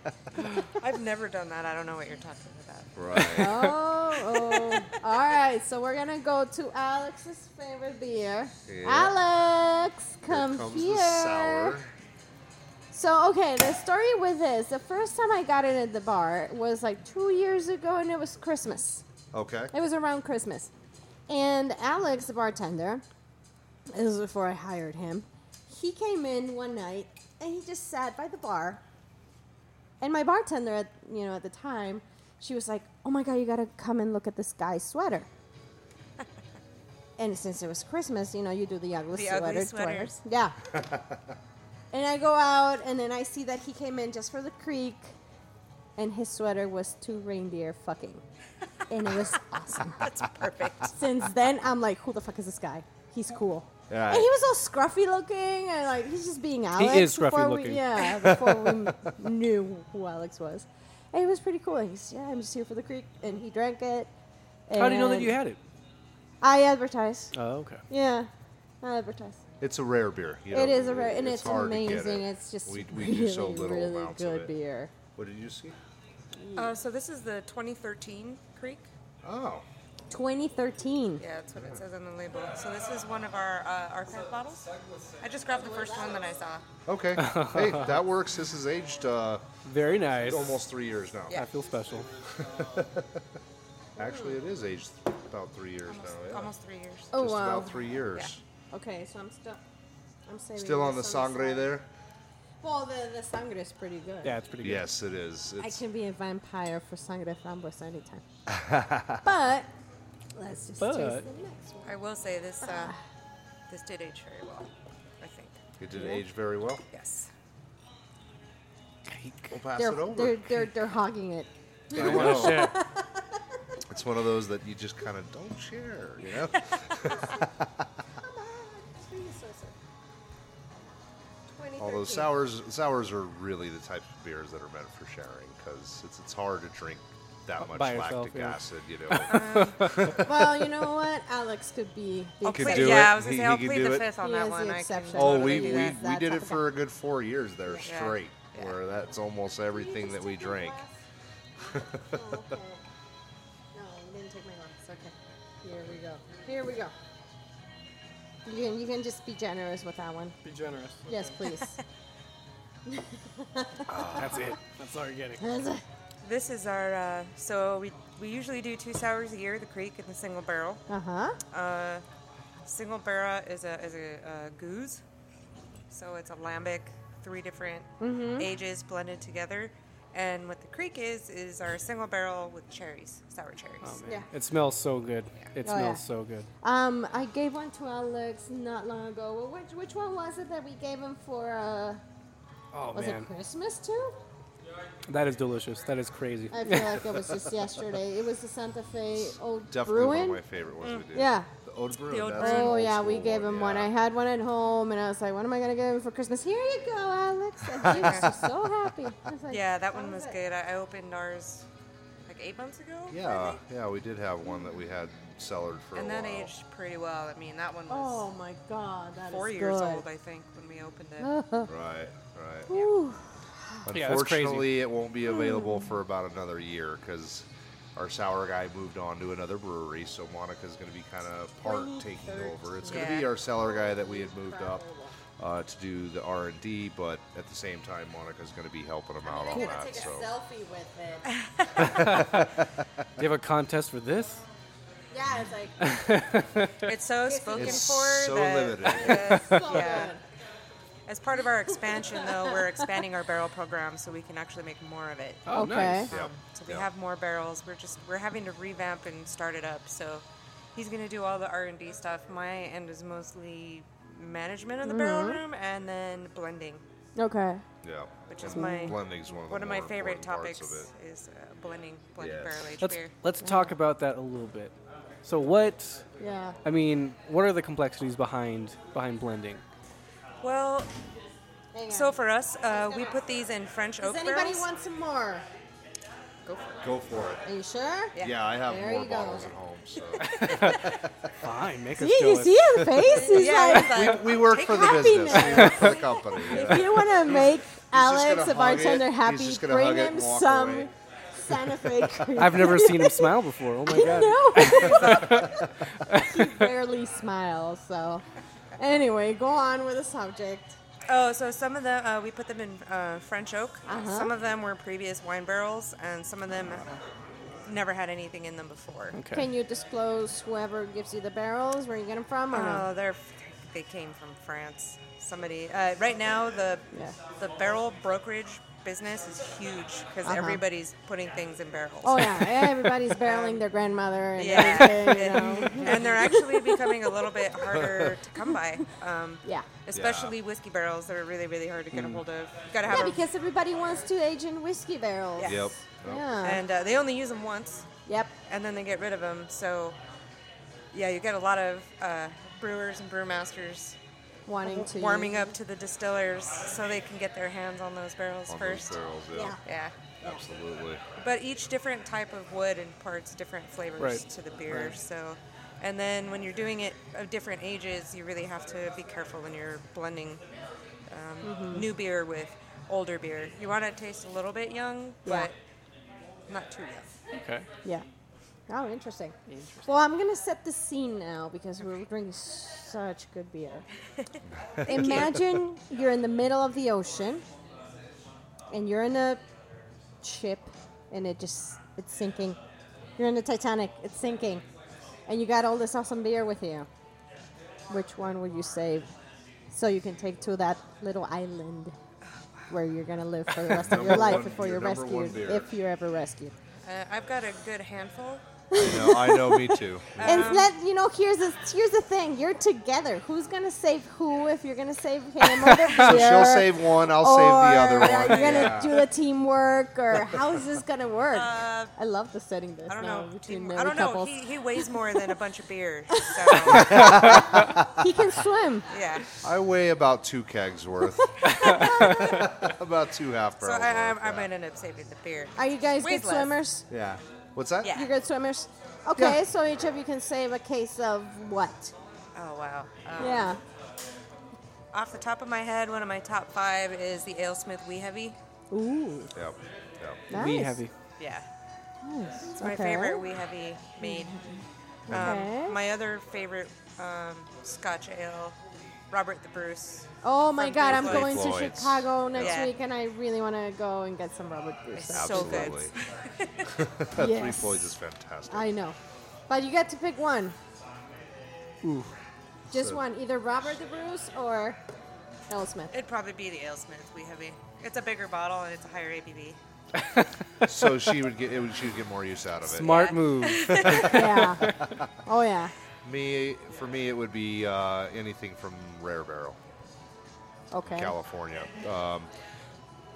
Speaker 4: I've never done that. I don't know what you're talking about.
Speaker 3: right.
Speaker 2: oh, oh. all right. So we're gonna go to Alex's favorite beer.
Speaker 3: Yeah.
Speaker 2: Alex, come
Speaker 3: Here comes
Speaker 2: here.
Speaker 3: the sour.
Speaker 2: So okay, the story with this: the first time I got it at the bar was like two years ago, and it was Christmas.
Speaker 3: Okay.
Speaker 2: It was around Christmas. And Alex, the bartender, this was before I hired him, he came in one night and he just sat by the bar And my bartender, at, you know, at the time, she was like, "Oh my god, you gotta come and look at this guy's sweater." and since it was Christmas, you know, you do the ugly
Speaker 4: The
Speaker 2: sweater.
Speaker 4: ugly
Speaker 2: sweater.
Speaker 4: sweaters.
Speaker 2: Yeah. and I go out, and then I see that he came in just for the creek, and his sweater was two reindeer fucking, and it was awesome.
Speaker 4: That's perfect.
Speaker 2: Since then, I'm like, who the fuck is this guy? He's cool.
Speaker 6: Yeah.
Speaker 2: And he was all scruffy looking, and like he's just being Alex.
Speaker 1: is scruffy
Speaker 2: before
Speaker 1: looking.
Speaker 2: We, yeah, before we knew who Alex was, and it was pretty cool. He's yeah, I'm just here for the creek, and he drank it.
Speaker 1: How do you know that
Speaker 2: and
Speaker 1: you had it?
Speaker 2: I advertise.
Speaker 1: Oh, okay.
Speaker 2: Yeah, I advertise.
Speaker 3: It's a rare beer. You
Speaker 2: it
Speaker 3: know,
Speaker 2: is a rare, and it's,
Speaker 3: hard to get
Speaker 2: amazing.
Speaker 3: it.
Speaker 2: It's just
Speaker 3: we, we
Speaker 2: really,
Speaker 3: do so little
Speaker 2: really
Speaker 3: amounts
Speaker 2: good
Speaker 3: of it.
Speaker 2: beer.
Speaker 3: What did you see?
Speaker 4: Uh, so this is the 2013 Creek.
Speaker 3: Oh,
Speaker 2: 2013.
Speaker 4: Yeah, that's what it says on the label. So this is one of our uh, archive bottles. I just grabbed the first one that I saw.
Speaker 3: okay. hey, that works. This is aged uh,
Speaker 1: Very nice.
Speaker 3: almost three years now.
Speaker 4: Yeah.
Speaker 1: I feel special.
Speaker 3: Actually, it is aged about three years
Speaker 4: Almost,
Speaker 3: now. Yeah.
Speaker 4: almost three years.
Speaker 2: Oh
Speaker 3: Just
Speaker 2: wow.
Speaker 3: about three years.
Speaker 2: Okay, so I'm still, I'm saving.
Speaker 3: Still on the
Speaker 2: this on
Speaker 3: sangre
Speaker 2: side.
Speaker 3: there?
Speaker 2: Well, the the sangre is pretty good.
Speaker 1: Yeah, it's pretty good.
Speaker 3: Yes, it is.
Speaker 2: I
Speaker 3: It's,
Speaker 2: can be a vampire for sangre frambuesa anytime. but let's just
Speaker 1: But-
Speaker 2: taste the next one.
Speaker 4: I will say this. Uh, this did age very well. I think.
Speaker 3: it did age very well.
Speaker 4: Yes.
Speaker 3: We'll pass
Speaker 2: They're,
Speaker 3: it over.
Speaker 2: they're, they're, they're hogging it.
Speaker 3: I know.
Speaker 1: Shit.
Speaker 3: It's one of those that you just kind of don't share, you know?
Speaker 2: Come on, it's for you, Sosa.
Speaker 3: Although
Speaker 2: 2013.
Speaker 3: sours, sours are really the type of beers that are meant for sharing because it's, it's hard to drink that much
Speaker 1: By yourself,
Speaker 3: lactic
Speaker 1: yeah.
Speaker 3: acid, you know?
Speaker 2: Well, you know what? Alex could be the
Speaker 4: I'll
Speaker 3: could
Speaker 4: plead-
Speaker 3: do
Speaker 4: yeah,
Speaker 3: it.
Speaker 4: I was gonna
Speaker 3: He-
Speaker 4: say
Speaker 3: he
Speaker 4: I'll
Speaker 3: could
Speaker 4: plead
Speaker 3: do
Speaker 4: the
Speaker 3: it.
Speaker 4: fith on
Speaker 2: He
Speaker 4: that
Speaker 2: is
Speaker 4: one.
Speaker 2: the
Speaker 4: I can
Speaker 2: exception.
Speaker 3: oh, we,
Speaker 4: totally do
Speaker 3: we,
Speaker 4: that.
Speaker 3: we
Speaker 2: that
Speaker 3: did
Speaker 2: type
Speaker 3: it
Speaker 2: of
Speaker 3: for a good four years there
Speaker 4: Yeah.
Speaker 3: straight,
Speaker 4: Yeah.
Speaker 3: where that's almost everything that we drink.
Speaker 2: Oh, okay. No, you didn't take my glass. Okay. Here we go. Here we go. You can, you can just be generous with that one.
Speaker 1: Be generous.
Speaker 2: Yes, please.
Speaker 1: That's it. That's all you're getting.
Speaker 2: uh-huh.
Speaker 4: This is our. Uh, so we we usually do two sours a year: the Creek and the Single Barrel.
Speaker 2: Uh-huh.
Speaker 4: Uh, single barra is a is a uh, goose, so it's a lambic, three different
Speaker 2: Mm-hmm.
Speaker 4: ages blended together. And what the creek is is our single barrel with cherries, sour cherries.
Speaker 2: Yeah.
Speaker 1: It smells so good. It
Speaker 2: Oh, yeah.
Speaker 1: smells so good.
Speaker 2: Um, I gave one to Alex not long ago. Well, which which one was it that we gave him for? Uh,
Speaker 1: Oh
Speaker 2: was
Speaker 1: man,
Speaker 2: it Christmas too?
Speaker 1: that is delicious. That is crazy.
Speaker 2: I feel like it was just yesterday. It was the Santa Fe Old
Speaker 3: Definitely
Speaker 2: Bruin.
Speaker 3: one of my favorite ones we did.
Speaker 2: Yeah.
Speaker 3: The Ode Bruin.
Speaker 4: The Ode
Speaker 3: that's an
Speaker 2: Oh
Speaker 3: old
Speaker 2: yeah, we
Speaker 3: school
Speaker 2: gave him one.
Speaker 3: yeah.
Speaker 2: I had one at home, and I was like, "What am I gonna give him for Christmas?" Here you go, Alex. And he was just so happy. I was like,
Speaker 4: Yeah, that one
Speaker 2: "That
Speaker 4: was good. I, I opened ours like eight months ago. I
Speaker 3: Yeah,
Speaker 4: think.
Speaker 3: yeah, we did have one that we had cellared for
Speaker 4: and
Speaker 3: a
Speaker 4: that
Speaker 3: while.
Speaker 4: aged pretty well. I mean, that one
Speaker 2: Oh
Speaker 4: was
Speaker 2: my God, that
Speaker 4: four
Speaker 2: is
Speaker 4: years
Speaker 2: good.
Speaker 4: old, I think, when we opened it.
Speaker 3: Right, right.
Speaker 2: Whew.
Speaker 1: Yeah, that's crazy.
Speaker 3: Unfortunately, it won't
Speaker 4: Hmm.
Speaker 3: be available for about another year because our sour guy moved on to another brewery, so Monica's going to be kind of part taking over. It's going to be
Speaker 4: Yeah.
Speaker 3: our cellar guy that we had moved up uh, to do the R and D, but at the same time, Monica's going to be helping him out on that. So
Speaker 2: selfie with it.
Speaker 1: Do you have a contest for this?
Speaker 2: Yeah, it's like
Speaker 4: It's so spoken
Speaker 3: it's
Speaker 4: for.
Speaker 3: so
Speaker 4: that-
Speaker 3: limited.
Speaker 4: Yes,
Speaker 2: so
Speaker 4: yeah. As part of our expansion, though, we're expanding our barrel program so we can actually make more of it. Um,
Speaker 1: Oh,
Speaker 2: Okay.
Speaker 1: nice.
Speaker 3: Yep.
Speaker 4: So we
Speaker 3: yep.
Speaker 4: have more barrels. We're just we're having to revamp and start it up. So he's going to do all the R and D stuff. My end is mostly management of the barrel room and then blending,
Speaker 2: good. Okay.
Speaker 3: Yeah.
Speaker 4: which is my
Speaker 3: Mm-hmm. blending's one of the
Speaker 4: one of my
Speaker 3: more
Speaker 4: favorite
Speaker 3: important
Speaker 4: topics
Speaker 3: parts of it.
Speaker 4: is uh, blending blended
Speaker 3: Yes.
Speaker 4: barrel aged
Speaker 1: Let's
Speaker 4: beer.
Speaker 1: let's talk about that a little bit. So what?
Speaker 2: Yeah.
Speaker 1: I mean, what are the complexities behind behind blending?
Speaker 4: Well,
Speaker 2: Hang
Speaker 4: so
Speaker 2: on.
Speaker 4: for us, uh, we put these in French oak
Speaker 2: does anybody
Speaker 4: barrels.
Speaker 2: want some more?
Speaker 3: Go for it.
Speaker 2: Are you sure?
Speaker 4: Yeah.
Speaker 3: Yeah, I have
Speaker 2: There
Speaker 3: more
Speaker 2: you go.
Speaker 3: bottles at home, so.
Speaker 1: Fine, make us
Speaker 2: Yeah, you
Speaker 1: jealous.
Speaker 2: see his face. He's like,
Speaker 4: yeah, it's like,
Speaker 3: We work for the business. We work for the company.
Speaker 2: if you want to make Alex
Speaker 3: gonna
Speaker 2: a
Speaker 3: hug
Speaker 2: bartender
Speaker 3: it.
Speaker 2: happy,
Speaker 3: He's just gonna
Speaker 2: bring
Speaker 3: hug it
Speaker 2: him
Speaker 3: and walk
Speaker 2: some
Speaker 3: away.
Speaker 2: Santa Fe cream.
Speaker 1: I've never seen him smile before. Oh my god.
Speaker 2: No. he barely smiles, so. Anyway, go on with the subject.
Speaker 4: Oh, so some of them uh, we put them in uh, French oak.
Speaker 2: Uh-huh.
Speaker 4: Some of them were previous wine barrels, and some of them never had anything in them before.
Speaker 1: Okay.
Speaker 2: Can you disclose whoever gives you the barrels, where you get them from, or no?
Speaker 4: Oh, they're they came from France. Somebody uh, right now the
Speaker 2: Yeah.
Speaker 4: the barrel brokerage business is huge because
Speaker 2: Uh-huh.
Speaker 4: everybody's putting things in barrels.
Speaker 2: Oh yeah, everybody's barreling their grandmother and
Speaker 4: Yeah.
Speaker 2: everything, you know.
Speaker 4: and, and they're actually becoming a little bit harder to come by. Um,
Speaker 2: Yeah.
Speaker 4: especially whiskey barrels are really, really hard to get a hold of. You gotta have
Speaker 2: Yeah,
Speaker 4: a-
Speaker 2: because everybody wants to age in whiskey barrels.
Speaker 4: Yeah.
Speaker 3: Yep.
Speaker 2: Yeah.
Speaker 4: and uh, they only use them once,
Speaker 2: yep.
Speaker 4: and then they get rid of them. So, yeah, you get a lot of uh, brewers and brewmasters
Speaker 2: Wanting to
Speaker 4: warming up to the distillers so they can get their hands on those barrels
Speaker 3: On
Speaker 4: first.
Speaker 3: those barrels, yeah.
Speaker 2: Yeah.
Speaker 4: Yeah,
Speaker 3: Absolutely.
Speaker 4: but each different type of wood imparts different flavors
Speaker 1: Right.
Speaker 4: to the beer.
Speaker 1: Right.
Speaker 4: So, and then when you're doing it of different ages, you really have to be careful when you're blending um, new beer with older beer. You want it to taste a little bit young,
Speaker 2: Yeah.
Speaker 4: but not too young.
Speaker 1: Okay.
Speaker 2: Yeah. Oh, interesting. Well, I'm going to set the scene now because we're drinking such good beer. Imagine you. are in the middle of the ocean and you're in a ship and it just it's sinking. You're in the Titanic, it's sinking. And you got all this awesome beer with you. Which one would you save so you can take to that little island where you're going to live for the rest of your
Speaker 3: Number
Speaker 2: life
Speaker 3: one-
Speaker 2: before
Speaker 3: your
Speaker 2: you're
Speaker 3: number one
Speaker 2: rescued
Speaker 3: beer.
Speaker 2: if you're ever rescued?
Speaker 4: Uh, I've got a good handful.
Speaker 3: I know, I know me too.
Speaker 2: And let you know. Here's the here's the thing. You're together. Who's gonna save who? If you're gonna save him or the
Speaker 3: So
Speaker 2: beer,
Speaker 3: she'll save one, I'll
Speaker 2: or
Speaker 3: save the other one.
Speaker 2: Are you gonna
Speaker 3: yeah.
Speaker 2: do the teamwork, or how is this gonna work?
Speaker 3: Uh,
Speaker 2: I love the setting this
Speaker 4: I don't
Speaker 2: now
Speaker 4: know.
Speaker 2: between
Speaker 4: I
Speaker 2: married
Speaker 4: don't know.
Speaker 2: couples.
Speaker 4: He, he weighs more than a bunch of beer. So,
Speaker 2: He can swim.
Speaker 4: yeah.
Speaker 3: I weigh about two kegs worth. about two half
Speaker 4: So
Speaker 3: barrels.
Speaker 4: I, I,
Speaker 3: worth,
Speaker 4: I
Speaker 3: yeah.
Speaker 4: might end up saving the beer.
Speaker 2: Are you guys
Speaker 4: Weighs
Speaker 2: good
Speaker 4: less.
Speaker 2: swimmers?
Speaker 3: Yeah. What's that?
Speaker 4: Yeah.
Speaker 2: You're good swimmers. Okay,
Speaker 3: Yeah.
Speaker 2: so each of you can save a case of what?
Speaker 4: Oh wow. Um,
Speaker 2: Yeah.
Speaker 4: Off the top of my head, one of my top five is the AleSmith Wee Heavy.
Speaker 2: Ooh,
Speaker 3: Yep. Yep.
Speaker 2: nice.
Speaker 1: We heavy.
Speaker 4: Yeah.
Speaker 2: Nice.
Speaker 4: It's my favorite Wee Heavy made. Um,
Speaker 2: Okay.
Speaker 4: My other favorite um, Scotch ale, Robert the Bruce.
Speaker 2: Oh my
Speaker 4: from
Speaker 2: God,
Speaker 4: Blue
Speaker 2: I'm
Speaker 4: Floyd.
Speaker 2: going to
Speaker 3: Floyd's.
Speaker 2: Chicago next
Speaker 4: Yeah.
Speaker 2: week, and I really want to go and get some Robert Bruce.
Speaker 4: It's so good.
Speaker 3: Absolutely. Three
Speaker 2: Yes.
Speaker 3: Floyds is fantastic.
Speaker 2: I know. But you get to pick one. Just
Speaker 3: So-
Speaker 2: one. Either Robert the Bruce or L. Smith.
Speaker 4: It'd probably be the AleSmith Wee Heavy. It's a bigger bottle and it's a higher ABV.
Speaker 3: so she would get it would, she would get more use out of it.
Speaker 1: Smart move.
Speaker 2: yeah. Oh, yeah.
Speaker 3: Me for me it would be uh, anything from Rare Barrel,
Speaker 2: Okay.
Speaker 3: California. Um,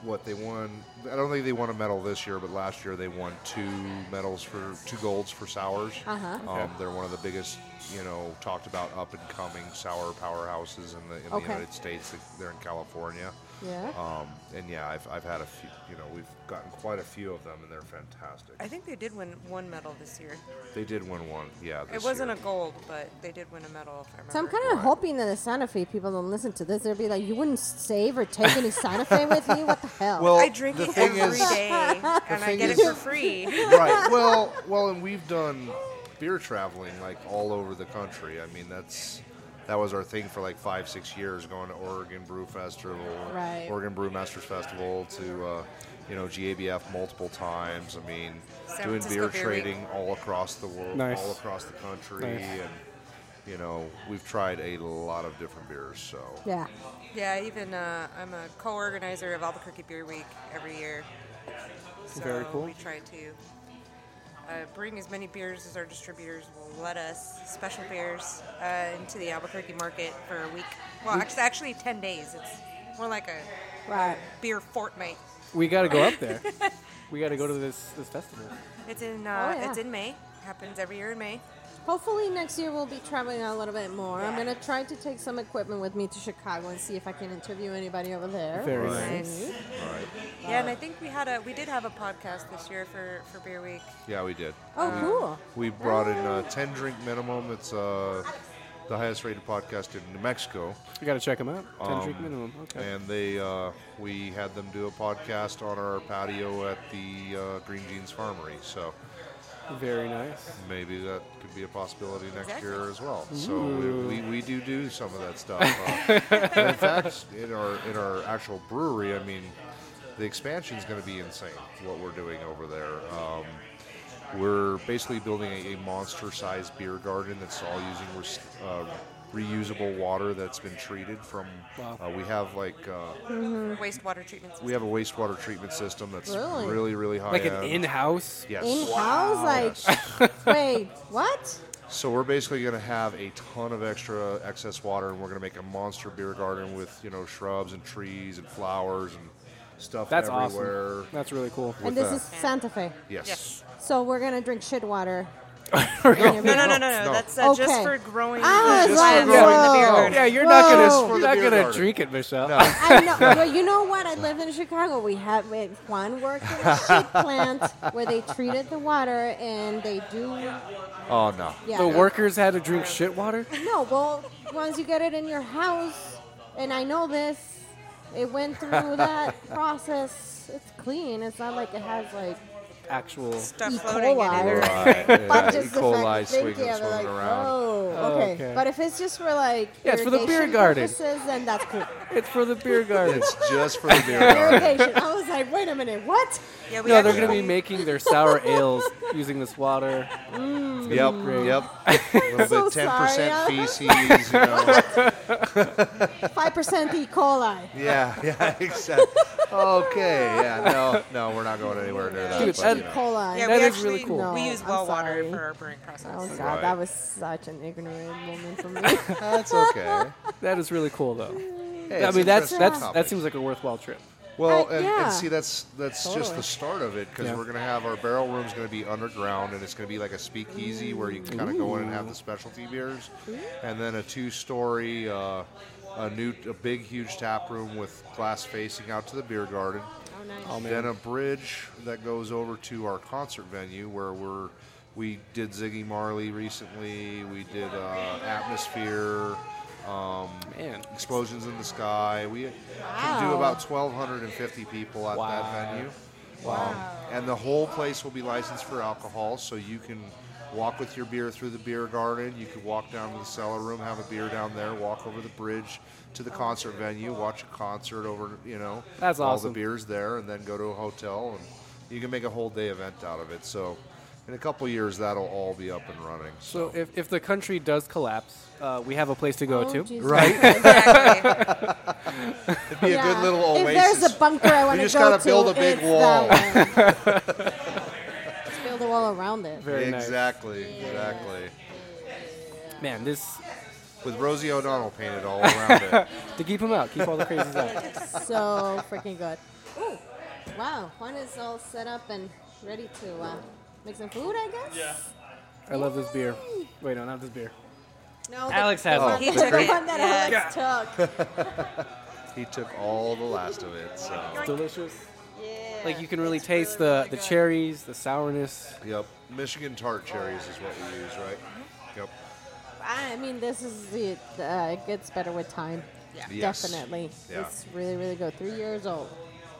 Speaker 3: what they won, I don't think they won a medal this year, but last year they won two medals for two golds for sours.
Speaker 2: Uh-huh.
Speaker 3: Um, they're one of the biggest, you know, talked about up and coming sour powerhouses in the, in
Speaker 2: Okay.
Speaker 3: the United States. They're in California.
Speaker 2: Yeah.
Speaker 3: Um, and yeah, I've, I've had a few, you know, we've gotten quite a few of them and they're fantastic.
Speaker 4: I think they did win one medal this year.
Speaker 3: They did win one, yeah. This
Speaker 4: it wasn't
Speaker 3: year.
Speaker 4: a gold, but they did win a medal. If I remember.
Speaker 2: So I'm kind of
Speaker 3: Right.
Speaker 2: hoping that the Santa Fe people don't listen to this. They'll be like, you wouldn't save or take any Santa Fe with you? What the hell?
Speaker 3: Well,
Speaker 4: I drink
Speaker 3: the
Speaker 4: it
Speaker 3: thing
Speaker 4: every day,
Speaker 3: is-
Speaker 4: and I
Speaker 3: thing
Speaker 4: get it
Speaker 3: is-
Speaker 4: for free.
Speaker 3: right. Well, well, and we've done beer traveling like all over the country. I mean, that's that was our thing for like five, six years, going to Oregon Brew Festival,
Speaker 2: Right.
Speaker 3: Oregon Brewmasters Festival, to uh, you know GABF multiple times. I mean,
Speaker 4: San
Speaker 3: doing
Speaker 4: Francisco
Speaker 3: beer
Speaker 4: Beer Week.
Speaker 3: trading all across the world,
Speaker 1: Nice.
Speaker 3: all across the country,
Speaker 1: Nice.
Speaker 3: and you know, we've tried a lot of different beers. So
Speaker 2: yeah.
Speaker 4: Yeah, even uh, I'm a co-organizer of Albuquerque Beer Week every year. So
Speaker 1: Very cool.
Speaker 4: We try to uh, bring as many beers as our distributors will let us, special beers, uh, into the Albuquerque market for a week. Well, actually, actually ten days. It's more like a
Speaker 2: Right.
Speaker 4: beer fortnight.
Speaker 1: We got to go up there. We got to go to this this festival.
Speaker 4: It's in uh,
Speaker 2: Oh, yeah.
Speaker 4: it's in May. Happens every year in May.
Speaker 2: Hopefully next year we'll be traveling a little bit more. I'm going to try to take some equipment with me to Chicago and see if I can interview anybody over there.
Speaker 1: Very
Speaker 3: Right.
Speaker 1: nice.
Speaker 4: Yeah, and I think we had a we did have a podcast this year for for Beer Week.
Speaker 3: yeah, we did.
Speaker 2: Oh, cool.
Speaker 3: We brought in a 10 drink minimum. It's uh, the highest rated podcast in New Mexico.
Speaker 1: We got to check them out. Ten
Speaker 3: Um,
Speaker 1: drink minimum. Mm, Okay.
Speaker 3: And they, uh, we had them do a podcast on our patio at the uh, Green Jeans Farmery. So
Speaker 1: Very nice.
Speaker 3: maybe that could be a possibility next
Speaker 4: Exactly.
Speaker 3: year as well. So we, we, we do do some of that stuff. Uh, and in fact, in our in our actual brewery, I mean, the expansion is going to be insane. What we're doing over there. Um, we're basically building a, a monster-sized beer garden that's all using res- uh, reusable water that's been treated from.
Speaker 1: Wow.
Speaker 3: Uh, we have like uh,
Speaker 4: Wastewater treatment
Speaker 3: we
Speaker 4: system.
Speaker 3: have a wastewater treatment system that's
Speaker 2: Really?
Speaker 3: really really, high
Speaker 1: Like an
Speaker 3: end.
Speaker 1: in-house.
Speaker 3: Yes.
Speaker 2: In house, like, wait, what?
Speaker 3: So we're basically going to have a ton of extra excess water, and we're going to make a monster beer garden with you know shrubs and trees and flowers and stuff
Speaker 1: That's
Speaker 3: everywhere.
Speaker 1: awesome. That's really cool.
Speaker 2: And
Speaker 3: With
Speaker 2: this
Speaker 3: that.
Speaker 2: is Santa Fe.
Speaker 3: Yes.
Speaker 4: Yes.
Speaker 2: So we're gonna drink shit water.
Speaker 4: No, no, no, no, no.
Speaker 3: No.
Speaker 4: That's uh, just
Speaker 2: Okay.
Speaker 4: for growing
Speaker 2: I
Speaker 4: the
Speaker 2: was like,
Speaker 4: plants in the beer
Speaker 2: whoa.
Speaker 4: garden.
Speaker 1: Yeah, you're not
Speaker 2: Whoa.
Speaker 1: gonna
Speaker 3: For
Speaker 1: you're
Speaker 3: the
Speaker 1: not
Speaker 3: beer
Speaker 1: gonna
Speaker 3: garden.
Speaker 1: drink it, Michelle.
Speaker 3: No.
Speaker 2: I know, but you know what? I live in Chicago. We have wait, Juan worked in a shit plant where they treated the water and they do.
Speaker 3: Oh no.
Speaker 2: Yeah.
Speaker 1: The workers had to drink shit water.
Speaker 2: No, well, once you get it in your house, and I know this, it went through that process. It's clean. It's not like it has like
Speaker 1: Actual.
Speaker 4: Stuff
Speaker 2: E.
Speaker 4: floating in
Speaker 2: coli.
Speaker 4: it or
Speaker 3: Right,
Speaker 4: anything.
Speaker 3: yeah,
Speaker 2: bunches
Speaker 3: E.
Speaker 2: of
Speaker 3: coli
Speaker 2: fucking- thank
Speaker 3: swinging,
Speaker 2: you.
Speaker 3: swimming
Speaker 2: They're like, oh.
Speaker 3: around.
Speaker 2: whoa,
Speaker 1: Oh,
Speaker 2: okay.
Speaker 1: okay.
Speaker 2: But if it's just for like
Speaker 1: Yeah, it's for the beer
Speaker 2: irrigation
Speaker 1: garden.
Speaker 2: purposes, then that's cool.
Speaker 1: It's for the beer garden.
Speaker 3: It's just for the beer garden.
Speaker 2: irrigation. I was like, wait a minute, what?
Speaker 4: Yeah, we
Speaker 1: No, they're
Speaker 4: actually-
Speaker 1: gonna be making their sour ales using this water.
Speaker 3: Yep,
Speaker 1: Great.
Speaker 3: yep. A little
Speaker 2: Mm. So
Speaker 3: bit, ten percent
Speaker 2: sorry,
Speaker 3: feces. You know.
Speaker 2: Five percent E. coli.
Speaker 3: yeah, yeah, exactly. Okay, yeah, no, no, we're not going anywhere near that.
Speaker 1: Dude,
Speaker 3: but,
Speaker 1: that-
Speaker 3: you
Speaker 2: E.
Speaker 3: know.
Speaker 2: coli.
Speaker 4: Yeah,
Speaker 1: That
Speaker 4: we
Speaker 1: is
Speaker 4: actually,
Speaker 1: really cool.
Speaker 2: No,
Speaker 4: We use
Speaker 2: I'm
Speaker 4: well water
Speaker 2: sorry.
Speaker 4: for our brewing process.
Speaker 2: Oh god,
Speaker 3: Right.
Speaker 2: that was such an ignorant moment for me.
Speaker 3: that's okay.
Speaker 1: That is really cool, though.
Speaker 3: Hey,
Speaker 1: I
Speaker 3: it's
Speaker 1: mean, that's
Speaker 3: interesting
Speaker 1: that's that
Speaker 3: topics.
Speaker 1: seems like a worthwhile trip.
Speaker 3: Well,
Speaker 2: Uh,
Speaker 3: and,
Speaker 2: yeah.
Speaker 3: and see, that's that's just
Speaker 2: Totally.
Speaker 3: the start of it because
Speaker 1: Yeah.
Speaker 3: we're gonna have our barrel room's gonna be underground and it's gonna be like a speakeasy where you can kind of go in and have the specialty beers, and then a two-story, uh, a new, a big, huge tap room with glass facing out to the beer garden,
Speaker 2: oh, nice.
Speaker 1: Oh man,
Speaker 3: then a bridge that goes over to our concert venue where we're we did Ziggy Marley recently, we did uh, Atmosphere. Um,
Speaker 1: man.
Speaker 3: explosions in the sky. We can do
Speaker 2: Wow.
Speaker 3: about 1,250 people at
Speaker 1: Wow.
Speaker 3: that venue. Wow. and the whole place will be licensed for alcohol, so you can walk with your beer through the beer garden. You can walk down to the cellar room, have a beer down there, walk over the bridge to the concert venue, watch a concert over, you know,
Speaker 1: That's
Speaker 3: all
Speaker 1: awesome.
Speaker 3: the beers there, and then go to a hotel, and you can make a whole day event out of it. So, in a couple years, that'll all be up and running.
Speaker 1: So if, if the country does collapse, uh, we have a place to go
Speaker 2: Oh,
Speaker 1: to.
Speaker 2: Jesus
Speaker 3: Right?
Speaker 2: Christ.
Speaker 4: Exactly.
Speaker 3: It'd be a good
Speaker 2: Yeah.
Speaker 3: little
Speaker 2: If
Speaker 3: oasis.
Speaker 2: there's a bunker I want to
Speaker 3: just
Speaker 2: go
Speaker 3: gotta
Speaker 2: to,
Speaker 3: build a big
Speaker 2: it's
Speaker 3: wall.
Speaker 2: that one. Just build a wall around it.
Speaker 1: Very
Speaker 3: exactly, exactly.
Speaker 1: nice. Man, this
Speaker 3: with Rosie O'Donnell painted all around it.
Speaker 1: to keep them out, keep all the crazies out.
Speaker 2: So freaking good. Ooh, wow, Juan is all set up and ready to uh, make some food, I guess.
Speaker 5: Yeah.
Speaker 1: I love this beer. Wait, no, not this beer.
Speaker 2: No, the-
Speaker 1: Alex has
Speaker 2: the
Speaker 1: it.
Speaker 2: one-
Speaker 4: He
Speaker 2: the
Speaker 4: took it.
Speaker 2: one that Alex took.
Speaker 3: He took all the last of it. So
Speaker 1: Delicious.
Speaker 2: Yeah.
Speaker 1: Like you can really taste the the cherries, the sourness.
Speaker 3: yep, Michigan tart cherries is what we use, right? Yep.
Speaker 2: I mean, this is it. Uh, it gets better with time.
Speaker 3: Yes.
Speaker 2: Definitely.
Speaker 3: Yeah.
Speaker 2: It's really, really good. Three years old.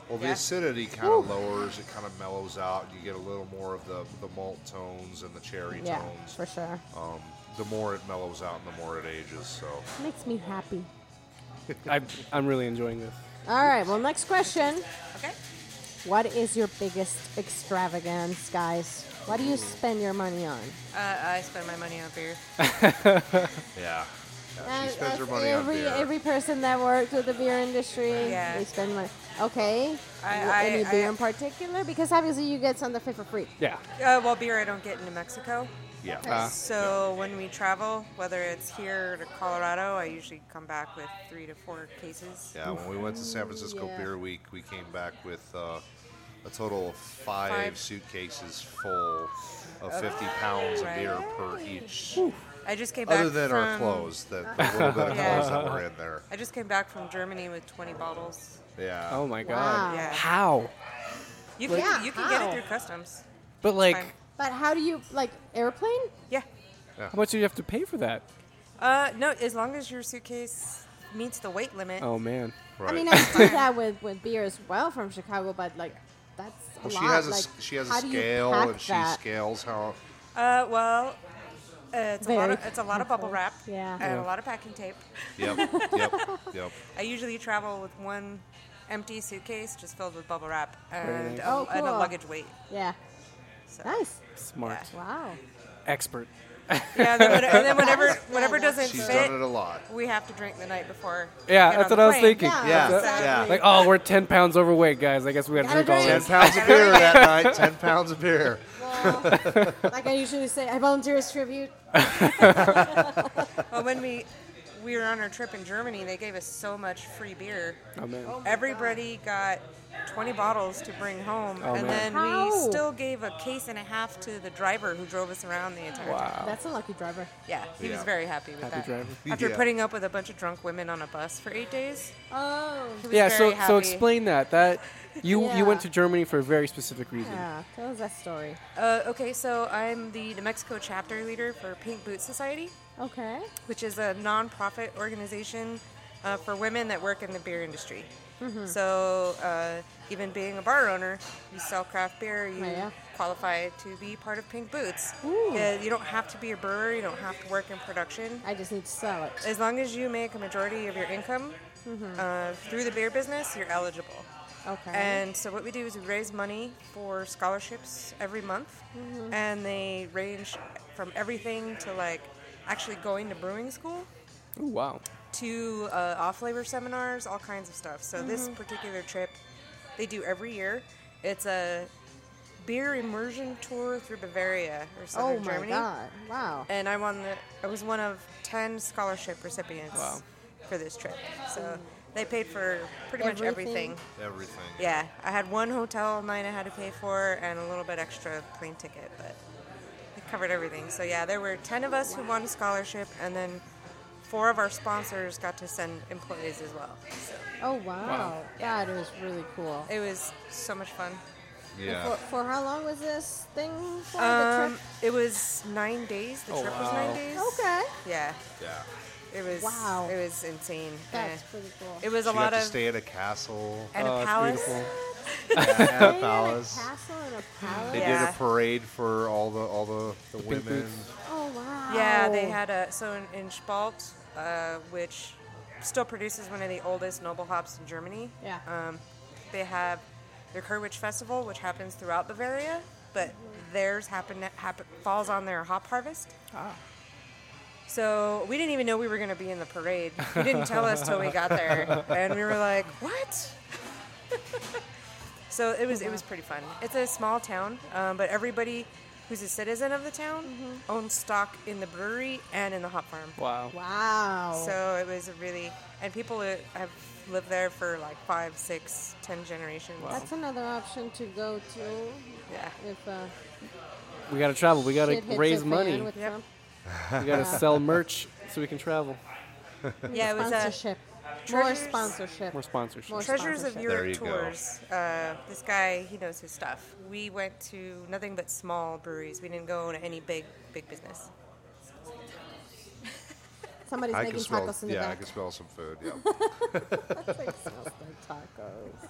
Speaker 3: Well, the
Speaker 4: Yeah.
Speaker 3: acidity kind of lowers. It kind of mellows out. You get a little more of the the malt tones and the cherry
Speaker 2: Yeah,
Speaker 3: tones.
Speaker 2: for sure.
Speaker 3: Um, the more it mellows out and the more it ages. So
Speaker 2: Makes me happy.
Speaker 1: I, I'm really enjoying this.
Speaker 2: All right, well, next question.
Speaker 4: Okay.
Speaker 2: What is your biggest extravagance, guys? What do you spend your money on?
Speaker 4: Uh, I spend my money on beer.
Speaker 3: yeah, yeah she
Speaker 2: As-
Speaker 3: spends
Speaker 2: as
Speaker 3: her money on
Speaker 2: every
Speaker 3: beer.
Speaker 2: every person that worked with the beer industry,
Speaker 4: Yeah.
Speaker 2: they spend money. Okay,
Speaker 4: I-
Speaker 2: W-
Speaker 4: I-
Speaker 2: any
Speaker 4: I-
Speaker 2: beer in particular? Because obviously you get some for free.
Speaker 1: Yeah.
Speaker 4: Uh, well, beer I don't get in New Mexico.
Speaker 3: yeah.
Speaker 1: Uh,
Speaker 4: So when we travel, whether it's here to Colorado, I usually come back with three to four cases.
Speaker 3: yeah, when we went to San Francisco
Speaker 2: Yeah.
Speaker 3: Beer Week, we came back with uh, a total of five,
Speaker 4: Five.
Speaker 3: suitcases full of 50 pounds of
Speaker 4: Right.
Speaker 3: beer per each.
Speaker 4: I just came back
Speaker 3: Other than our
Speaker 2: um,
Speaker 4: from-
Speaker 3: clothes, the, the little bit of
Speaker 4: Yeah.
Speaker 3: clothes that were in there.
Speaker 4: I just came back from Germany with 20 bottles.
Speaker 3: Yeah.
Speaker 1: Oh my
Speaker 2: Wow.
Speaker 1: god.
Speaker 4: Yeah.
Speaker 1: How?
Speaker 4: You can
Speaker 2: Yeah,
Speaker 4: you can get
Speaker 2: how?
Speaker 4: it through customs.
Speaker 1: But like,
Speaker 4: Fine.
Speaker 2: But how do you like airplane?
Speaker 4: Yeah.
Speaker 1: how much do you have to pay for that?
Speaker 4: Uh, no, as long as your suitcase meets the weight limit.
Speaker 1: Oh man.
Speaker 3: Right.
Speaker 2: I mean, I do that with with beer as well from Chicago, but like that's a
Speaker 3: well,
Speaker 2: lot.
Speaker 3: she has a
Speaker 2: like,
Speaker 3: s- she has a
Speaker 2: how do you
Speaker 3: scale
Speaker 2: pack
Speaker 3: and she
Speaker 2: that?
Speaker 3: scales how.
Speaker 4: Uh, well, uh, it's a lot
Speaker 2: Very
Speaker 4: of it's a lot of bubble wrap.
Speaker 2: careful. Yeah.
Speaker 4: And
Speaker 1: Yeah.
Speaker 4: a lot of packing tape.
Speaker 3: Yep. yep. Yep.
Speaker 4: I usually travel with one empty suitcase just filled with bubble wrap
Speaker 1: Very
Speaker 4: and,
Speaker 1: nice.
Speaker 4: a,
Speaker 2: Oh,
Speaker 4: and a
Speaker 2: cool.
Speaker 4: luggage weight.
Speaker 2: Yeah,
Speaker 4: So.
Speaker 2: nice.
Speaker 1: Smart.
Speaker 2: Wow.
Speaker 1: Expert.
Speaker 4: Yeah, and then, when- and then whenever whatever doesn't
Speaker 3: She's
Speaker 4: fit,
Speaker 3: done it a lot.
Speaker 4: we have to drink the night before. we
Speaker 1: Yeah,
Speaker 4: get
Speaker 1: that's what
Speaker 4: on the
Speaker 1: I was
Speaker 4: plane.
Speaker 1: thinking.
Speaker 2: Yeah,
Speaker 1: That's it.
Speaker 3: Yeah,
Speaker 2: exactly.
Speaker 1: Like,
Speaker 3: yeah.
Speaker 1: oh, we're 10 pounds overweight, guys. I guess we gotta
Speaker 2: Gotta
Speaker 1: drink all
Speaker 2: drink.
Speaker 3: Ten
Speaker 1: this.
Speaker 3: pounds of beer that night. Ten pounds of beer.
Speaker 2: Well, like I usually say, I volunteer as tribute.
Speaker 4: Well, when we we were on our trip in Germany, they gave us so much free beer.
Speaker 1: Oh, man.
Speaker 4: Everybody got 20 bottles to bring home,
Speaker 1: Oh,
Speaker 4: and
Speaker 1: man.
Speaker 4: then
Speaker 2: How?
Speaker 4: we still gave a case and a half to the driver who drove us around the entire time.
Speaker 1: Wow.
Speaker 2: That's a lucky driver.
Speaker 4: Yeah, he was
Speaker 3: Yeah.
Speaker 4: very happy with
Speaker 1: Happy
Speaker 4: that.
Speaker 1: driver.
Speaker 4: After
Speaker 3: Yeah.
Speaker 4: putting up with a bunch of drunk women on a bus for eight days,
Speaker 2: Oh,
Speaker 4: he was
Speaker 1: Yeah.
Speaker 4: very
Speaker 1: So
Speaker 4: happy.
Speaker 1: so explain that. That you
Speaker 2: Yeah.
Speaker 1: you went to Germany for a very specific reason.
Speaker 2: yeah. Tell us that story.
Speaker 4: Uh, okay, so I'm the New Mexico chapter leader for Pink Boot Society,
Speaker 2: Okay.
Speaker 4: which is a nonprofit organization uh, for women that work in the beer industry.
Speaker 2: Mm-hmm.
Speaker 4: So, uh, even being a bar owner, you sell craft beer, you
Speaker 2: Oh, yeah.
Speaker 4: qualify to be part of Pink Boots.
Speaker 2: Ooh.
Speaker 4: Uh, you don't have to be a brewer, you don't have to work in production.
Speaker 2: I just need to sell it.
Speaker 4: As long as you make a majority of your income uh, through the beer business, you're eligible.
Speaker 2: Mm-hmm. Okay.
Speaker 4: And so what we do is we raise money for scholarships every month,
Speaker 2: Mm-hmm.
Speaker 4: and they range from everything to like actually going to brewing school
Speaker 1: Ooh, wow.
Speaker 4: to uh, off-labor seminars, all kinds of stuff. So
Speaker 2: Mm-hmm.
Speaker 4: this particular trip, they do every year. It's a beer immersion tour through Bavaria or
Speaker 2: oh
Speaker 4: southern
Speaker 2: my
Speaker 4: Germany
Speaker 2: god! Wow.
Speaker 4: and I won the. I was one of ten scholarship recipients
Speaker 1: Wow.
Speaker 4: for this trip. So they paid for pretty much
Speaker 2: Everything.
Speaker 4: everything.
Speaker 3: Everything.
Speaker 4: Yeah, I had one hotel night I had to pay for and a little bit extra plane ticket, but it covered everything. So yeah, there were ten of us who won a scholarship, and then four of our sponsors got to send employees as well. So
Speaker 2: Oh wow.
Speaker 1: Wow.
Speaker 2: That was really cool.
Speaker 4: it was so much fun.
Speaker 3: Yeah.
Speaker 2: For, for how long was this thing for the
Speaker 4: Um,
Speaker 2: trip?
Speaker 4: it was nine days. The
Speaker 1: Oh,
Speaker 4: trip
Speaker 1: wow.
Speaker 4: was nine days.
Speaker 2: Okay.
Speaker 4: Yeah,
Speaker 3: Yeah.
Speaker 4: it was.
Speaker 2: Wow.
Speaker 4: It was insane.
Speaker 2: That's
Speaker 4: Yeah.
Speaker 2: pretty cool.
Speaker 4: It was
Speaker 3: She
Speaker 4: a lot
Speaker 3: got to
Speaker 4: of
Speaker 3: stay at a castle.
Speaker 4: and
Speaker 1: Oh,
Speaker 4: a
Speaker 1: it's
Speaker 4: palace.
Speaker 1: beautiful.
Speaker 3: at a
Speaker 2: Staying
Speaker 3: palace.
Speaker 2: At a castle and a palace.
Speaker 3: They did
Speaker 4: Yeah.
Speaker 3: a parade for all the all the, the
Speaker 1: Pink
Speaker 3: women.
Speaker 1: boots.
Speaker 2: Oh wow.
Speaker 4: Yeah, they had a so in, in Spalt, uh, which still produces one of the oldest noble hops in Germany.
Speaker 2: Yeah.
Speaker 4: Um, they have their Kerwich Festival, which happens throughout Bavaria, but theirs happen, happen falls on their hop harvest. Ah. So we didn't even know we were going to be in the parade. He didn't tell us till we got there, and we were like, "What?" So it was it was pretty fun. It's a small town, um, but everybody who's a citizen of the town owns stock in the brewery and in the hop farm.
Speaker 1: Wow.
Speaker 2: Wow.
Speaker 4: So it was a really and people uh, have lived there for like five, six, ten generations.
Speaker 1: Wow.
Speaker 2: That's another option to go to
Speaker 4: Yeah,
Speaker 2: if uh,
Speaker 1: We gotta travel. We gotta
Speaker 2: shit hits
Speaker 1: raise
Speaker 2: the fan
Speaker 1: money.
Speaker 2: With
Speaker 4: Yep.
Speaker 2: Trump.
Speaker 1: We gotta sell merch so we can travel.
Speaker 4: yeah. It was uh,
Speaker 2: Sponsorship. More
Speaker 4: Treasures-
Speaker 2: sponsorship.
Speaker 1: More sponsorship.
Speaker 2: More
Speaker 4: Treasures of
Speaker 2: Sponsorship.
Speaker 4: Europe
Speaker 3: There you go.
Speaker 4: tours. Uh, this guy, he knows his stuff. We went to nothing but small breweries. We didn't go to any big, big business.
Speaker 2: Somebody's
Speaker 3: I
Speaker 2: making
Speaker 3: can smell.
Speaker 2: tacos in the
Speaker 3: Yeah, I
Speaker 2: back.
Speaker 3: can smell some food. Yeah.
Speaker 2: It smells like tacos.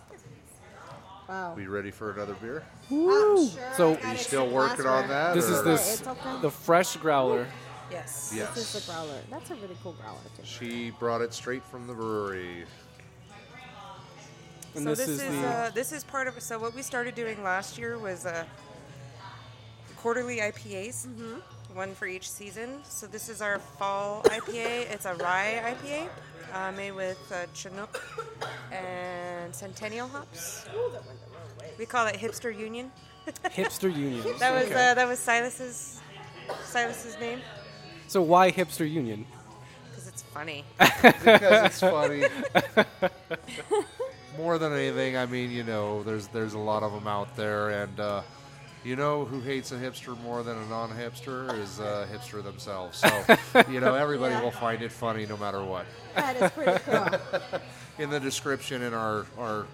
Speaker 2: Wow.
Speaker 3: we ready for another beer?
Speaker 2: I'm sure
Speaker 1: So-
Speaker 2: I
Speaker 1: You
Speaker 2: gotta
Speaker 3: You
Speaker 2: get
Speaker 3: still
Speaker 2: some
Speaker 3: working on
Speaker 2: glassware.
Speaker 3: that?
Speaker 1: This is
Speaker 3: or-
Speaker 1: this
Speaker 2: It's okay.
Speaker 1: the fresh growler.
Speaker 4: Yes.
Speaker 3: Yes.
Speaker 2: This is the growler. That's a really cool growler too.
Speaker 3: She brought it straight from the brewery.
Speaker 1: And
Speaker 4: so
Speaker 1: this,
Speaker 4: this,
Speaker 1: is,
Speaker 4: is,
Speaker 1: the
Speaker 4: uh, this is part of. So what we started doing last year was uh, quarterly IPAs,
Speaker 2: Mm-hmm.
Speaker 4: one for each season. So this is our fall IPA. It's a rye IPA uh, made with uh, Chinook and Centennial hops. We call it Hipster Union.
Speaker 1: hipster union.
Speaker 4: That was
Speaker 1: Okay.
Speaker 4: uh, that was Silas's Silas's name
Speaker 1: so why hipster union?
Speaker 4: because it's funny.
Speaker 3: because it's funny. More than anything, I mean, you know, there's there's a lot of them out there, and uh, you know who hates a hipster more than a non-hipster is a hipster themselves. So, you know, everybody
Speaker 2: Yeah.
Speaker 3: will find it funny no matter what.
Speaker 2: That is pretty cool.
Speaker 3: In the description in our our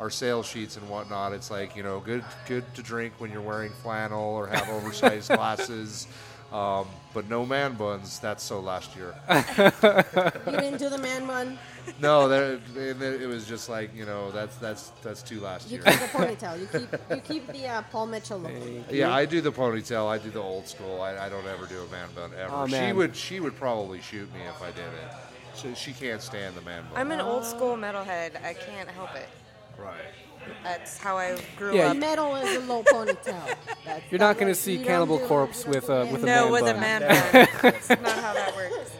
Speaker 3: our sales sheets and whatnot, it's like you know, good good to drink when you're wearing flannel or have oversized glasses. Um, but no man buns. That's so last year.
Speaker 2: You didn't do the man one.
Speaker 3: No, there, and there- it was just like you know that's that's that's two last
Speaker 2: You
Speaker 3: year.
Speaker 2: keep the ponytail. You keep you keep the uh, Paul Mitchell look.
Speaker 3: Yeah, I do the ponytail. I do the old school. I, I don't ever do a man bun ever.
Speaker 1: Aw,
Speaker 3: She
Speaker 1: man.
Speaker 3: would she would probably shoot me if I did it. She, she can't stand the man bun.
Speaker 4: I'm an old school metalhead. I can't help it.
Speaker 3: right.
Speaker 4: That's how I grew
Speaker 1: Yeah,
Speaker 4: up.
Speaker 1: you-
Speaker 2: Metal is a low ponytail. That's
Speaker 1: You're not
Speaker 2: what-
Speaker 1: gonna
Speaker 2: you
Speaker 1: see
Speaker 2: don't
Speaker 1: Cannibal
Speaker 2: do it.
Speaker 1: Corpse
Speaker 2: You don't
Speaker 1: with
Speaker 2: do
Speaker 1: a-
Speaker 2: it.
Speaker 1: with a
Speaker 4: no,
Speaker 1: man
Speaker 4: with a
Speaker 1: bun.
Speaker 4: man bun. That's not how that works.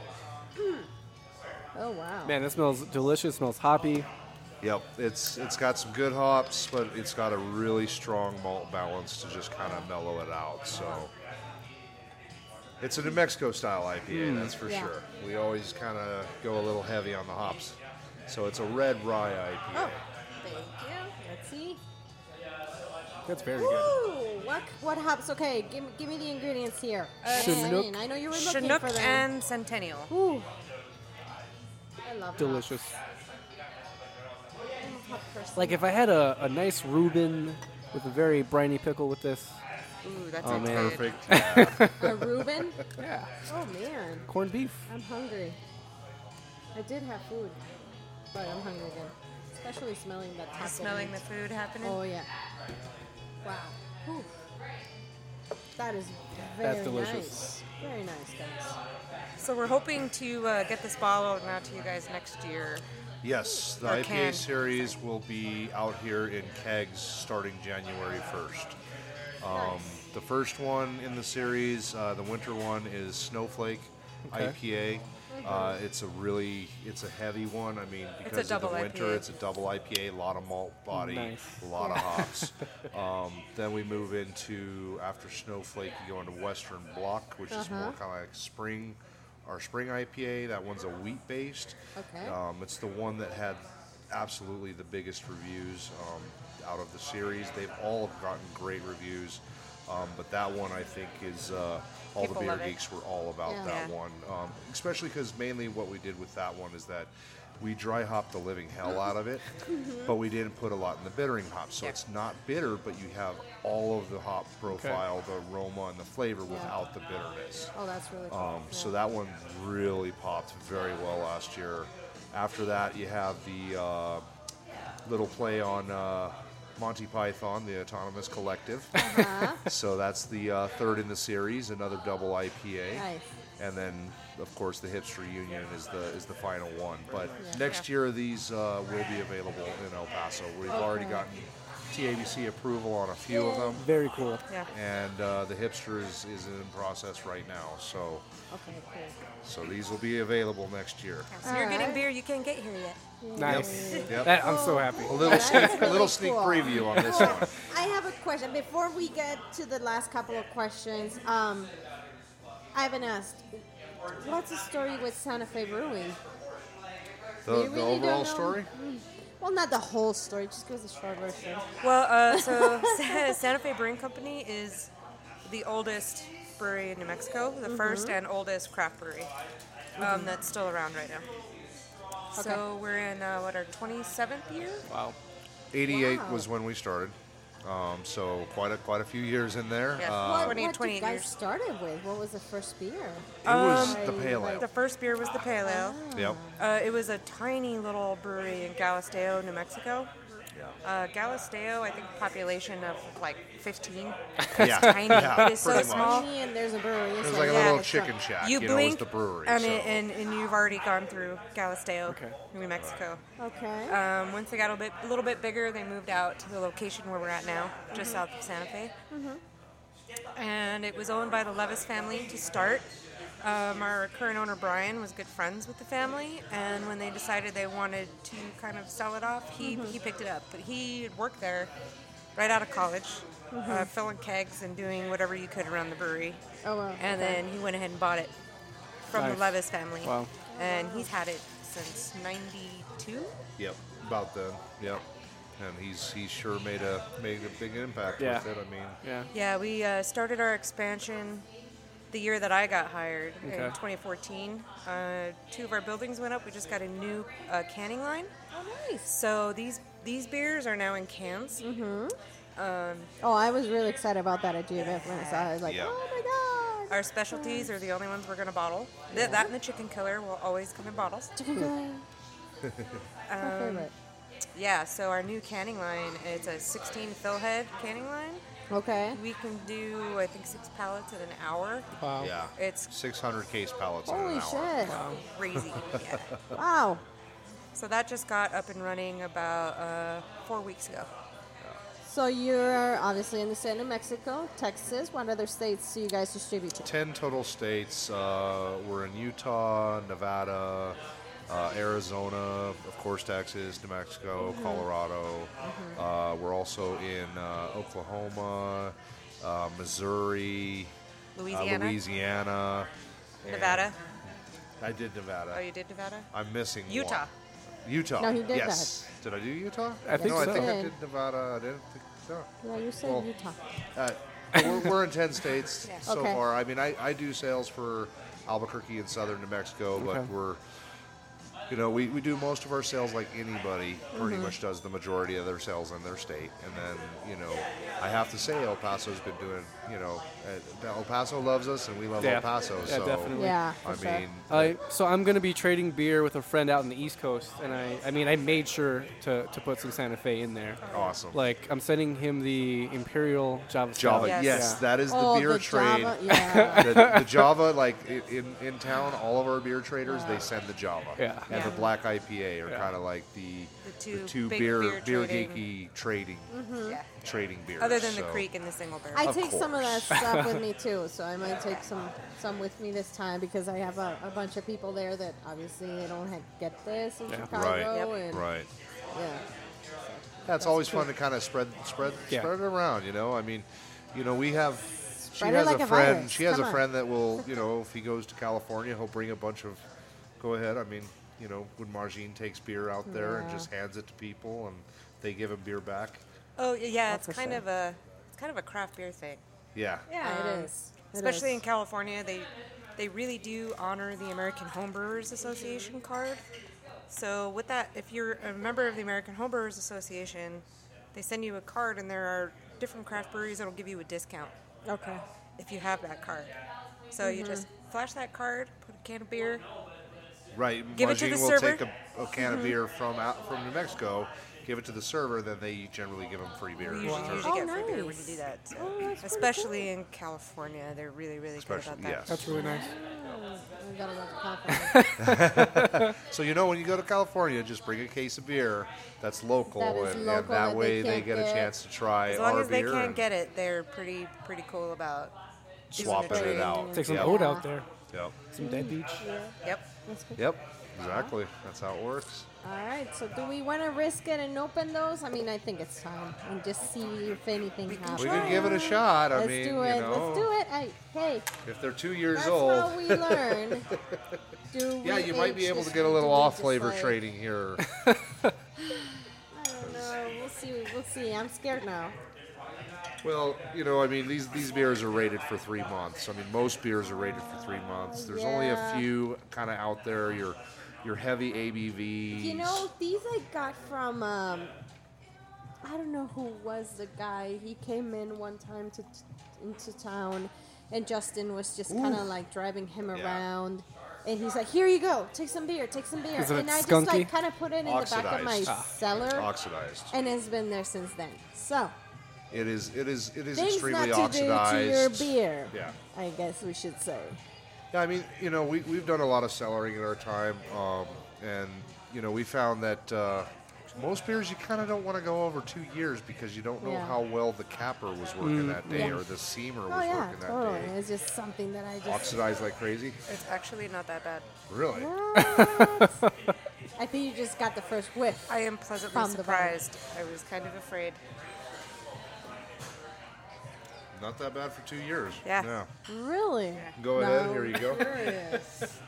Speaker 2: Oh wow.
Speaker 1: Man, it smells delicious. Smells hoppy.
Speaker 3: Yep, it's it's got some good hops, but it's got a really strong malt balance to just kind of mellow it out. So it's a New Mexico style IPA, that's for
Speaker 2: Yeah.
Speaker 3: sure. We always kind of go a little heavy on the hops, so it's a red rye IPA.
Speaker 2: Oh, thank you. Let's see.
Speaker 1: That's very good.
Speaker 2: Ooh, what what hops? Okay, give me give me the ingredients here.
Speaker 1: Uh, Chinook.
Speaker 2: I mean, I know you were looking
Speaker 4: Chinook
Speaker 2: for them.
Speaker 4: and Centennial.
Speaker 2: Ooh. I love hops.
Speaker 1: Delicious.
Speaker 2: I'm a hop person.
Speaker 1: Like if I had a, a nice Reuben with a very briny pickle with this.
Speaker 4: Ooh, that
Speaker 1: Oh,
Speaker 4: sounds
Speaker 1: man.
Speaker 4: good.
Speaker 3: Perfect.
Speaker 2: a Reuben.
Speaker 1: Yeah.
Speaker 2: Oh man,
Speaker 1: Corned beef.
Speaker 2: I'm hungry. I did have food, but I'm hungry again. Especially smelling that taco.
Speaker 4: Smelling the
Speaker 2: meat.
Speaker 4: food happening.
Speaker 2: Oh yeah. Wow. Whew. That is very
Speaker 1: That's delicious.
Speaker 2: nice. Very nice, guys.
Speaker 4: So we're hoping to uh, get this bottled and out to you guys next year.
Speaker 3: yes, the
Speaker 4: Or
Speaker 3: IPA
Speaker 4: can.
Speaker 3: series will be out here in kegs starting January 1st. Um, the first one in the series, uh, the winter one, is Snowflake IPA. Uh, it's a really, it's a heavy one. I mean, because of the
Speaker 4: double
Speaker 3: winter,
Speaker 4: IPA.
Speaker 3: it's a double IPA, a lot of malt body,
Speaker 1: Nice.
Speaker 3: a lot of hops. um, then we move into after Snowflake, you go into Western Block, which is more kind of like spring, our spring IPA. That one's a wheat based.
Speaker 2: Okay.
Speaker 3: Um, it's the one that had absolutely the biggest reviews um, out of the series. They've all gotten great reviews, um, but that one I think is uh, all
Speaker 4: People
Speaker 3: the beer
Speaker 4: love it.
Speaker 3: geeks were all about
Speaker 2: Yeah.
Speaker 3: that
Speaker 4: Yeah.
Speaker 3: one, um, especially because mainly what we did with that one is that we dry hopped the living hell out of it, but we didn't put a lot in the bittering hops, so
Speaker 4: Yeah.
Speaker 3: it's not bitter, but you have all of the hop profile, the aroma, and the flavor without the bitterness.
Speaker 2: Oh, that's really cool.
Speaker 3: Um,
Speaker 2: Yeah.
Speaker 3: so that one really popped very well last year. After that, you have the uh, little play on uh, Monty Python, the Autonomous Collective.
Speaker 2: Uh-huh.
Speaker 3: so that's the uh, third in the series, another double IPA.
Speaker 2: Nice.
Speaker 3: And then, of course, the Hipster Union is the is the final one. But
Speaker 2: Yeah.
Speaker 3: next year, these uh, will be available in El Paso. We've already
Speaker 2: Okay.
Speaker 3: gotten TABC approval on a few of them
Speaker 1: Very cool.
Speaker 4: Yeah.
Speaker 3: and uh, the hipster is, is in process right now. So,
Speaker 2: Okay, cool.
Speaker 3: so these will be available next year.
Speaker 4: So you're
Speaker 2: Alright.
Speaker 4: getting beer you can't get here yet.
Speaker 1: Nice.
Speaker 3: Yep.
Speaker 1: That, I'm so happy.
Speaker 3: a little sneak, a
Speaker 2: really
Speaker 3: little sneak
Speaker 2: cool.
Speaker 3: preview on this one.
Speaker 2: I have a question before we get to the last couple of questions. Um, Ivan asked, "What's the story with Santa Fe Brewing?"
Speaker 3: The,
Speaker 2: We
Speaker 3: the
Speaker 2: really don't know.
Speaker 3: overall story.
Speaker 2: Well, not the whole story. Just give us a short version.
Speaker 4: Well, uh, so Sa- Santa Fe Brewing Company is the oldest brewery in New Mexico, the
Speaker 3: Mm-hmm.
Speaker 4: first and oldest craft brewery um, that's still around right now. So we're in uh, what our 27th year.
Speaker 1: Wow.
Speaker 3: 88
Speaker 2: Wow.
Speaker 3: was when we started. Um, so quite a quite a few years in there.
Speaker 4: Yeah.
Speaker 3: Uh,
Speaker 2: what,
Speaker 4: 20,
Speaker 2: what did you
Speaker 4: 28
Speaker 2: guys
Speaker 4: years.
Speaker 2: started with? What was the first beer?
Speaker 3: it was
Speaker 2: Um,
Speaker 3: the pale ale.
Speaker 4: The first beer was the Pale Ale.
Speaker 3: Yep.
Speaker 4: Uh, it was a tiny little brewery in Galisteo, New Mexico.
Speaker 3: Yeah.
Speaker 4: Uh, Galisteo, I think, population of like 15.
Speaker 3: yeah.
Speaker 4: tiny.
Speaker 3: Yeah,
Speaker 4: It is so
Speaker 3: pretty much.
Speaker 4: small.
Speaker 2: Me and there's a brewery.
Speaker 3: It was like a
Speaker 4: Yeah.
Speaker 3: little
Speaker 4: It's
Speaker 3: chicken shack.
Speaker 4: you
Speaker 3: You, know, it was
Speaker 4: blink,
Speaker 3: the brewery.
Speaker 4: and,
Speaker 3: so.
Speaker 4: it, and, and you've already gone through Galisteo,
Speaker 1: Okay.
Speaker 4: New Mexico.
Speaker 2: Okay.
Speaker 4: Um, once they got a bit, a little bit bigger, they moved out to the location where we're at now,
Speaker 1: Mm-hmm.
Speaker 4: just south of Santa Fe. And it was owned by the Levis family to start. Um, our current owner Brian was good friends with the family, and when they decided they wanted to kind of sell it off, he
Speaker 1: Mm-hmm.
Speaker 4: he picked it up. But he had worked there right out of college,
Speaker 1: Mm-hmm.
Speaker 4: uh, filling kegs and doing whatever you could around the brewery.
Speaker 2: Oh, wow.
Speaker 4: And
Speaker 2: Okay.
Speaker 4: then he went ahead and bought it from
Speaker 1: Nice.
Speaker 4: the Levis family,
Speaker 1: Wow.
Speaker 4: and he's had it since '92.
Speaker 3: Yep, about then. Yep. And he's he sure made a made a big impact
Speaker 1: Yeah.
Speaker 3: with it. I mean,
Speaker 1: Yeah.
Speaker 4: Yeah, we uh, started our expansion the year that I got hired in
Speaker 1: Okay.
Speaker 4: 2014. Uh, two of our buildings went up. We just got a new uh, canning line.
Speaker 2: oh, nice.
Speaker 4: So these these beers are now in cans.
Speaker 2: Oh, I was really excited about that at GMF when I saw it. I was like,
Speaker 3: Yeah.
Speaker 2: oh my god.
Speaker 4: Our specialties are the only ones we're going to bottle. Th- that and the chicken killer will always come in bottles.
Speaker 2: Chicken fillet. my favorite.
Speaker 4: Yeah, so our new canning line, it's a 16 fill head canning line.
Speaker 2: Okay.
Speaker 4: We can do, I think, six pallets in an hour.
Speaker 1: Wow.
Speaker 3: yeah.
Speaker 4: It's
Speaker 3: 600 case pallets in
Speaker 2: Holy
Speaker 3: an hour.
Speaker 2: shit.
Speaker 4: crazy. yeah.
Speaker 2: Wow.
Speaker 4: So that just got up and running about uh, four weeks ago.
Speaker 2: So you're obviously in the state of Mexico, Texas. What other states do you guys distribute to?
Speaker 3: 10 total states. Uh, we're in Utah, Nevada, uh, Arizona, of course, Texas, New Mexico,
Speaker 4: Mm-hmm.
Speaker 3: Colorado. Uh, we're also in uh, Oklahoma, uh, Missouri,
Speaker 4: Louisiana?
Speaker 3: uh, Louisiana and-
Speaker 4: Nevada.
Speaker 3: I did Nevada.
Speaker 4: Oh, you did Nevada?
Speaker 3: I'm missing one.
Speaker 4: Utah.
Speaker 3: Utah.
Speaker 2: No, he did
Speaker 3: yes. Did I do Utah?
Speaker 1: I think
Speaker 3: no,
Speaker 1: so.
Speaker 3: I think I
Speaker 2: Did.
Speaker 3: did Nevada. I didn't think so.
Speaker 2: Yeah, you said
Speaker 3: Well,
Speaker 2: Utah.
Speaker 3: Uh, we're, we're in 10 states
Speaker 4: Yeah.
Speaker 3: so
Speaker 2: Okay.
Speaker 3: far. I mean, I, I do sales for Albuquerque and southern New Mexico, but
Speaker 1: Okay.
Speaker 3: we're, you know, we, we do most of our sales like anybody pretty
Speaker 2: Mm-hmm.
Speaker 3: much does the majority of their sales in their state. And then, you know, I have to say El Paso's been doing, you know, uh, El Paso loves us and we love
Speaker 1: Yeah.
Speaker 3: El Paso.
Speaker 1: Yeah,
Speaker 3: so,
Speaker 1: definitely.
Speaker 2: Yeah,
Speaker 3: I
Speaker 2: for sure.
Speaker 3: mean,
Speaker 1: Uh, so I'm going to be trading beer with a friend out in the East Coast, and I, I mean, I made sure to, to put some Santa Fe in there.
Speaker 3: awesome.
Speaker 1: Like, I'm sending him the Imperial Java. Stout.
Speaker 3: Java,
Speaker 4: Yes.
Speaker 3: yes,
Speaker 1: Yeah.
Speaker 3: that is the
Speaker 2: oh,
Speaker 3: beer
Speaker 2: the
Speaker 3: trade.
Speaker 2: Java, yeah.
Speaker 3: the, the Java, like i- in, in town, all of our beer traders they send the Java.
Speaker 1: Yeah.
Speaker 3: And
Speaker 4: Yeah.
Speaker 3: the black IPA are
Speaker 1: Yeah.
Speaker 3: kind of like the,
Speaker 4: The two big
Speaker 3: beer
Speaker 4: beer
Speaker 3: beer
Speaker 4: trading-
Speaker 3: geeky trading
Speaker 4: Yeah.
Speaker 3: trading beers.
Speaker 4: Other than the
Speaker 3: so-
Speaker 4: creek and the single barrel.
Speaker 2: Mm-hmm. I
Speaker 3: Of
Speaker 2: take some of that
Speaker 3: course.
Speaker 2: stuff with me too, so I might take some some with me this time because I have a, a bunch of people there that obviously they don't ha- get this in
Speaker 1: Yeah. Right.
Speaker 2: Chicago,
Speaker 4: Yep.
Speaker 2: and
Speaker 3: Right.
Speaker 2: yeah,
Speaker 3: That's always fun to kind of spread spread
Speaker 1: Yeah.
Speaker 3: spread it around. You know, I mean, you know, we have. She
Speaker 2: Spread it
Speaker 3: has
Speaker 2: like a
Speaker 3: a friend.
Speaker 2: virus.
Speaker 3: She has
Speaker 2: Come
Speaker 3: a
Speaker 2: on.
Speaker 3: friend that will, you know, if he goes to California, he'll bring a bunch of. Go ahead. I mean, you know, when Margine takes beer out there and
Speaker 2: Yeah.
Speaker 3: just hands it to people, and they give him beer back.
Speaker 4: Oh y- yeah,
Speaker 2: That's
Speaker 4: it's
Speaker 2: for
Speaker 4: kind
Speaker 2: sure.
Speaker 4: of a it's kind of a craft beer thing.
Speaker 3: Yeah.
Speaker 2: yeah,
Speaker 4: Um,
Speaker 2: it is. It
Speaker 4: Especially
Speaker 2: is.
Speaker 4: in California, they they really do honor the American Homebrewers Association card. So with that, if you're a member of the American Homebrewers Association, they send you a card, and there are different craft breweries that'll give you a discount
Speaker 2: okay. Mm-hmm.
Speaker 4: if you have that card. So you just flash that card, put a can of beer.
Speaker 3: Right.
Speaker 4: Give it to
Speaker 3: Margene
Speaker 4: the
Speaker 3: will
Speaker 4: server. Mm-hmm.
Speaker 3: take a, a can of beer from out from New Mexico, give it to the server, then they generally give them free beer.
Speaker 4: We usually,
Speaker 3: Or-
Speaker 4: usually
Speaker 2: Oh,
Speaker 4: get free beer when you
Speaker 2: nice.
Speaker 4: do that. so.
Speaker 2: Oh, that's pretty
Speaker 4: Especially in California, they're really really
Speaker 3: Especially-
Speaker 4: good about
Speaker 3: yes.
Speaker 4: that.
Speaker 1: That's really nice.
Speaker 2: We gotta go to California.
Speaker 3: So you know when you go to California, just bring a case of beer that's local,
Speaker 2: That is
Speaker 3: and, and
Speaker 2: local
Speaker 3: that
Speaker 2: that they
Speaker 3: way they,
Speaker 2: can't
Speaker 3: get,
Speaker 2: get.
Speaker 3: a chance to try
Speaker 4: As long
Speaker 3: our
Speaker 4: as they
Speaker 3: beer
Speaker 4: can
Speaker 3: and
Speaker 4: get it, they're pretty pretty cool about doing a
Speaker 3: swapping it
Speaker 4: trade.
Speaker 3: out.
Speaker 1: Take some
Speaker 3: yep.
Speaker 1: oat out there.
Speaker 3: Yep.
Speaker 1: Some Dead Beach.
Speaker 4: Yep.
Speaker 2: That's pretty
Speaker 3: Yep. Exactly. That's how it works.
Speaker 2: All right, so do we want to risk it and open those? I mean, I think it's time and just see if anything happens.
Speaker 3: We could give it a shot. I
Speaker 2: Let's
Speaker 3: mean,
Speaker 2: do it.
Speaker 3: you know,
Speaker 2: Let's do it. I, hey,
Speaker 3: if they're two years
Speaker 2: that's
Speaker 3: old,
Speaker 2: how we learn. Do
Speaker 3: yeah,
Speaker 2: we
Speaker 3: you might be
Speaker 2: age
Speaker 3: able to
Speaker 2: this
Speaker 3: get a
Speaker 2: one?
Speaker 3: little
Speaker 2: Do we
Speaker 3: off
Speaker 2: just,
Speaker 3: flavor
Speaker 2: like-
Speaker 3: trading here.
Speaker 2: I don't know. We'll see. We'll see. I'm scared now.
Speaker 3: Well, you know, I mean, these these beers are rated for three months. I mean, most beers are rated for three months. There's only a
Speaker 2: Yeah.
Speaker 3: few kind of out there. Your your heavy ABVs.
Speaker 2: You know, these I got from um, I don't know who was the guy. He came in one time to into town, and Justin was just kind of like driving him
Speaker 3: Yeah.
Speaker 2: around, and he's like, "Here you go, take some beer, take some beer,"
Speaker 1: Isn't it
Speaker 2: and I just
Speaker 1: skunky?
Speaker 2: like kind of put it in the back of my
Speaker 3: Oxidized. Ah.
Speaker 2: cellar,
Speaker 3: oxidized.
Speaker 2: and it's been there since then. So
Speaker 3: It is it is it is
Speaker 2: things not
Speaker 3: extremely
Speaker 2: to do to your
Speaker 3: oxidized.
Speaker 2: beer.
Speaker 3: Yeah.
Speaker 2: I guess we should say.
Speaker 3: Yeah, I mean, you know, we we've done a lot of cellaring in our time, um, and you know, we found that. Uh, most beers you kind of don't want to go over two years because you don't know
Speaker 2: Yeah.
Speaker 3: how well the capper was working that day
Speaker 2: Yeah.
Speaker 3: or the seamer was
Speaker 2: Oh yeah,
Speaker 3: working that
Speaker 2: totally.
Speaker 3: day.
Speaker 2: It's just something that I just
Speaker 3: Oxidized like crazy,
Speaker 4: It's actually not that bad.
Speaker 3: really.
Speaker 2: What? I think you just got the first whiff.
Speaker 4: I am pleasantly
Speaker 2: From the bottom.
Speaker 4: surprised. I was kind of afraid.
Speaker 3: Not that bad for two years.
Speaker 4: Yeah.
Speaker 2: Really?
Speaker 3: Go ahead, here you
Speaker 2: I'm
Speaker 3: go.
Speaker 2: curious.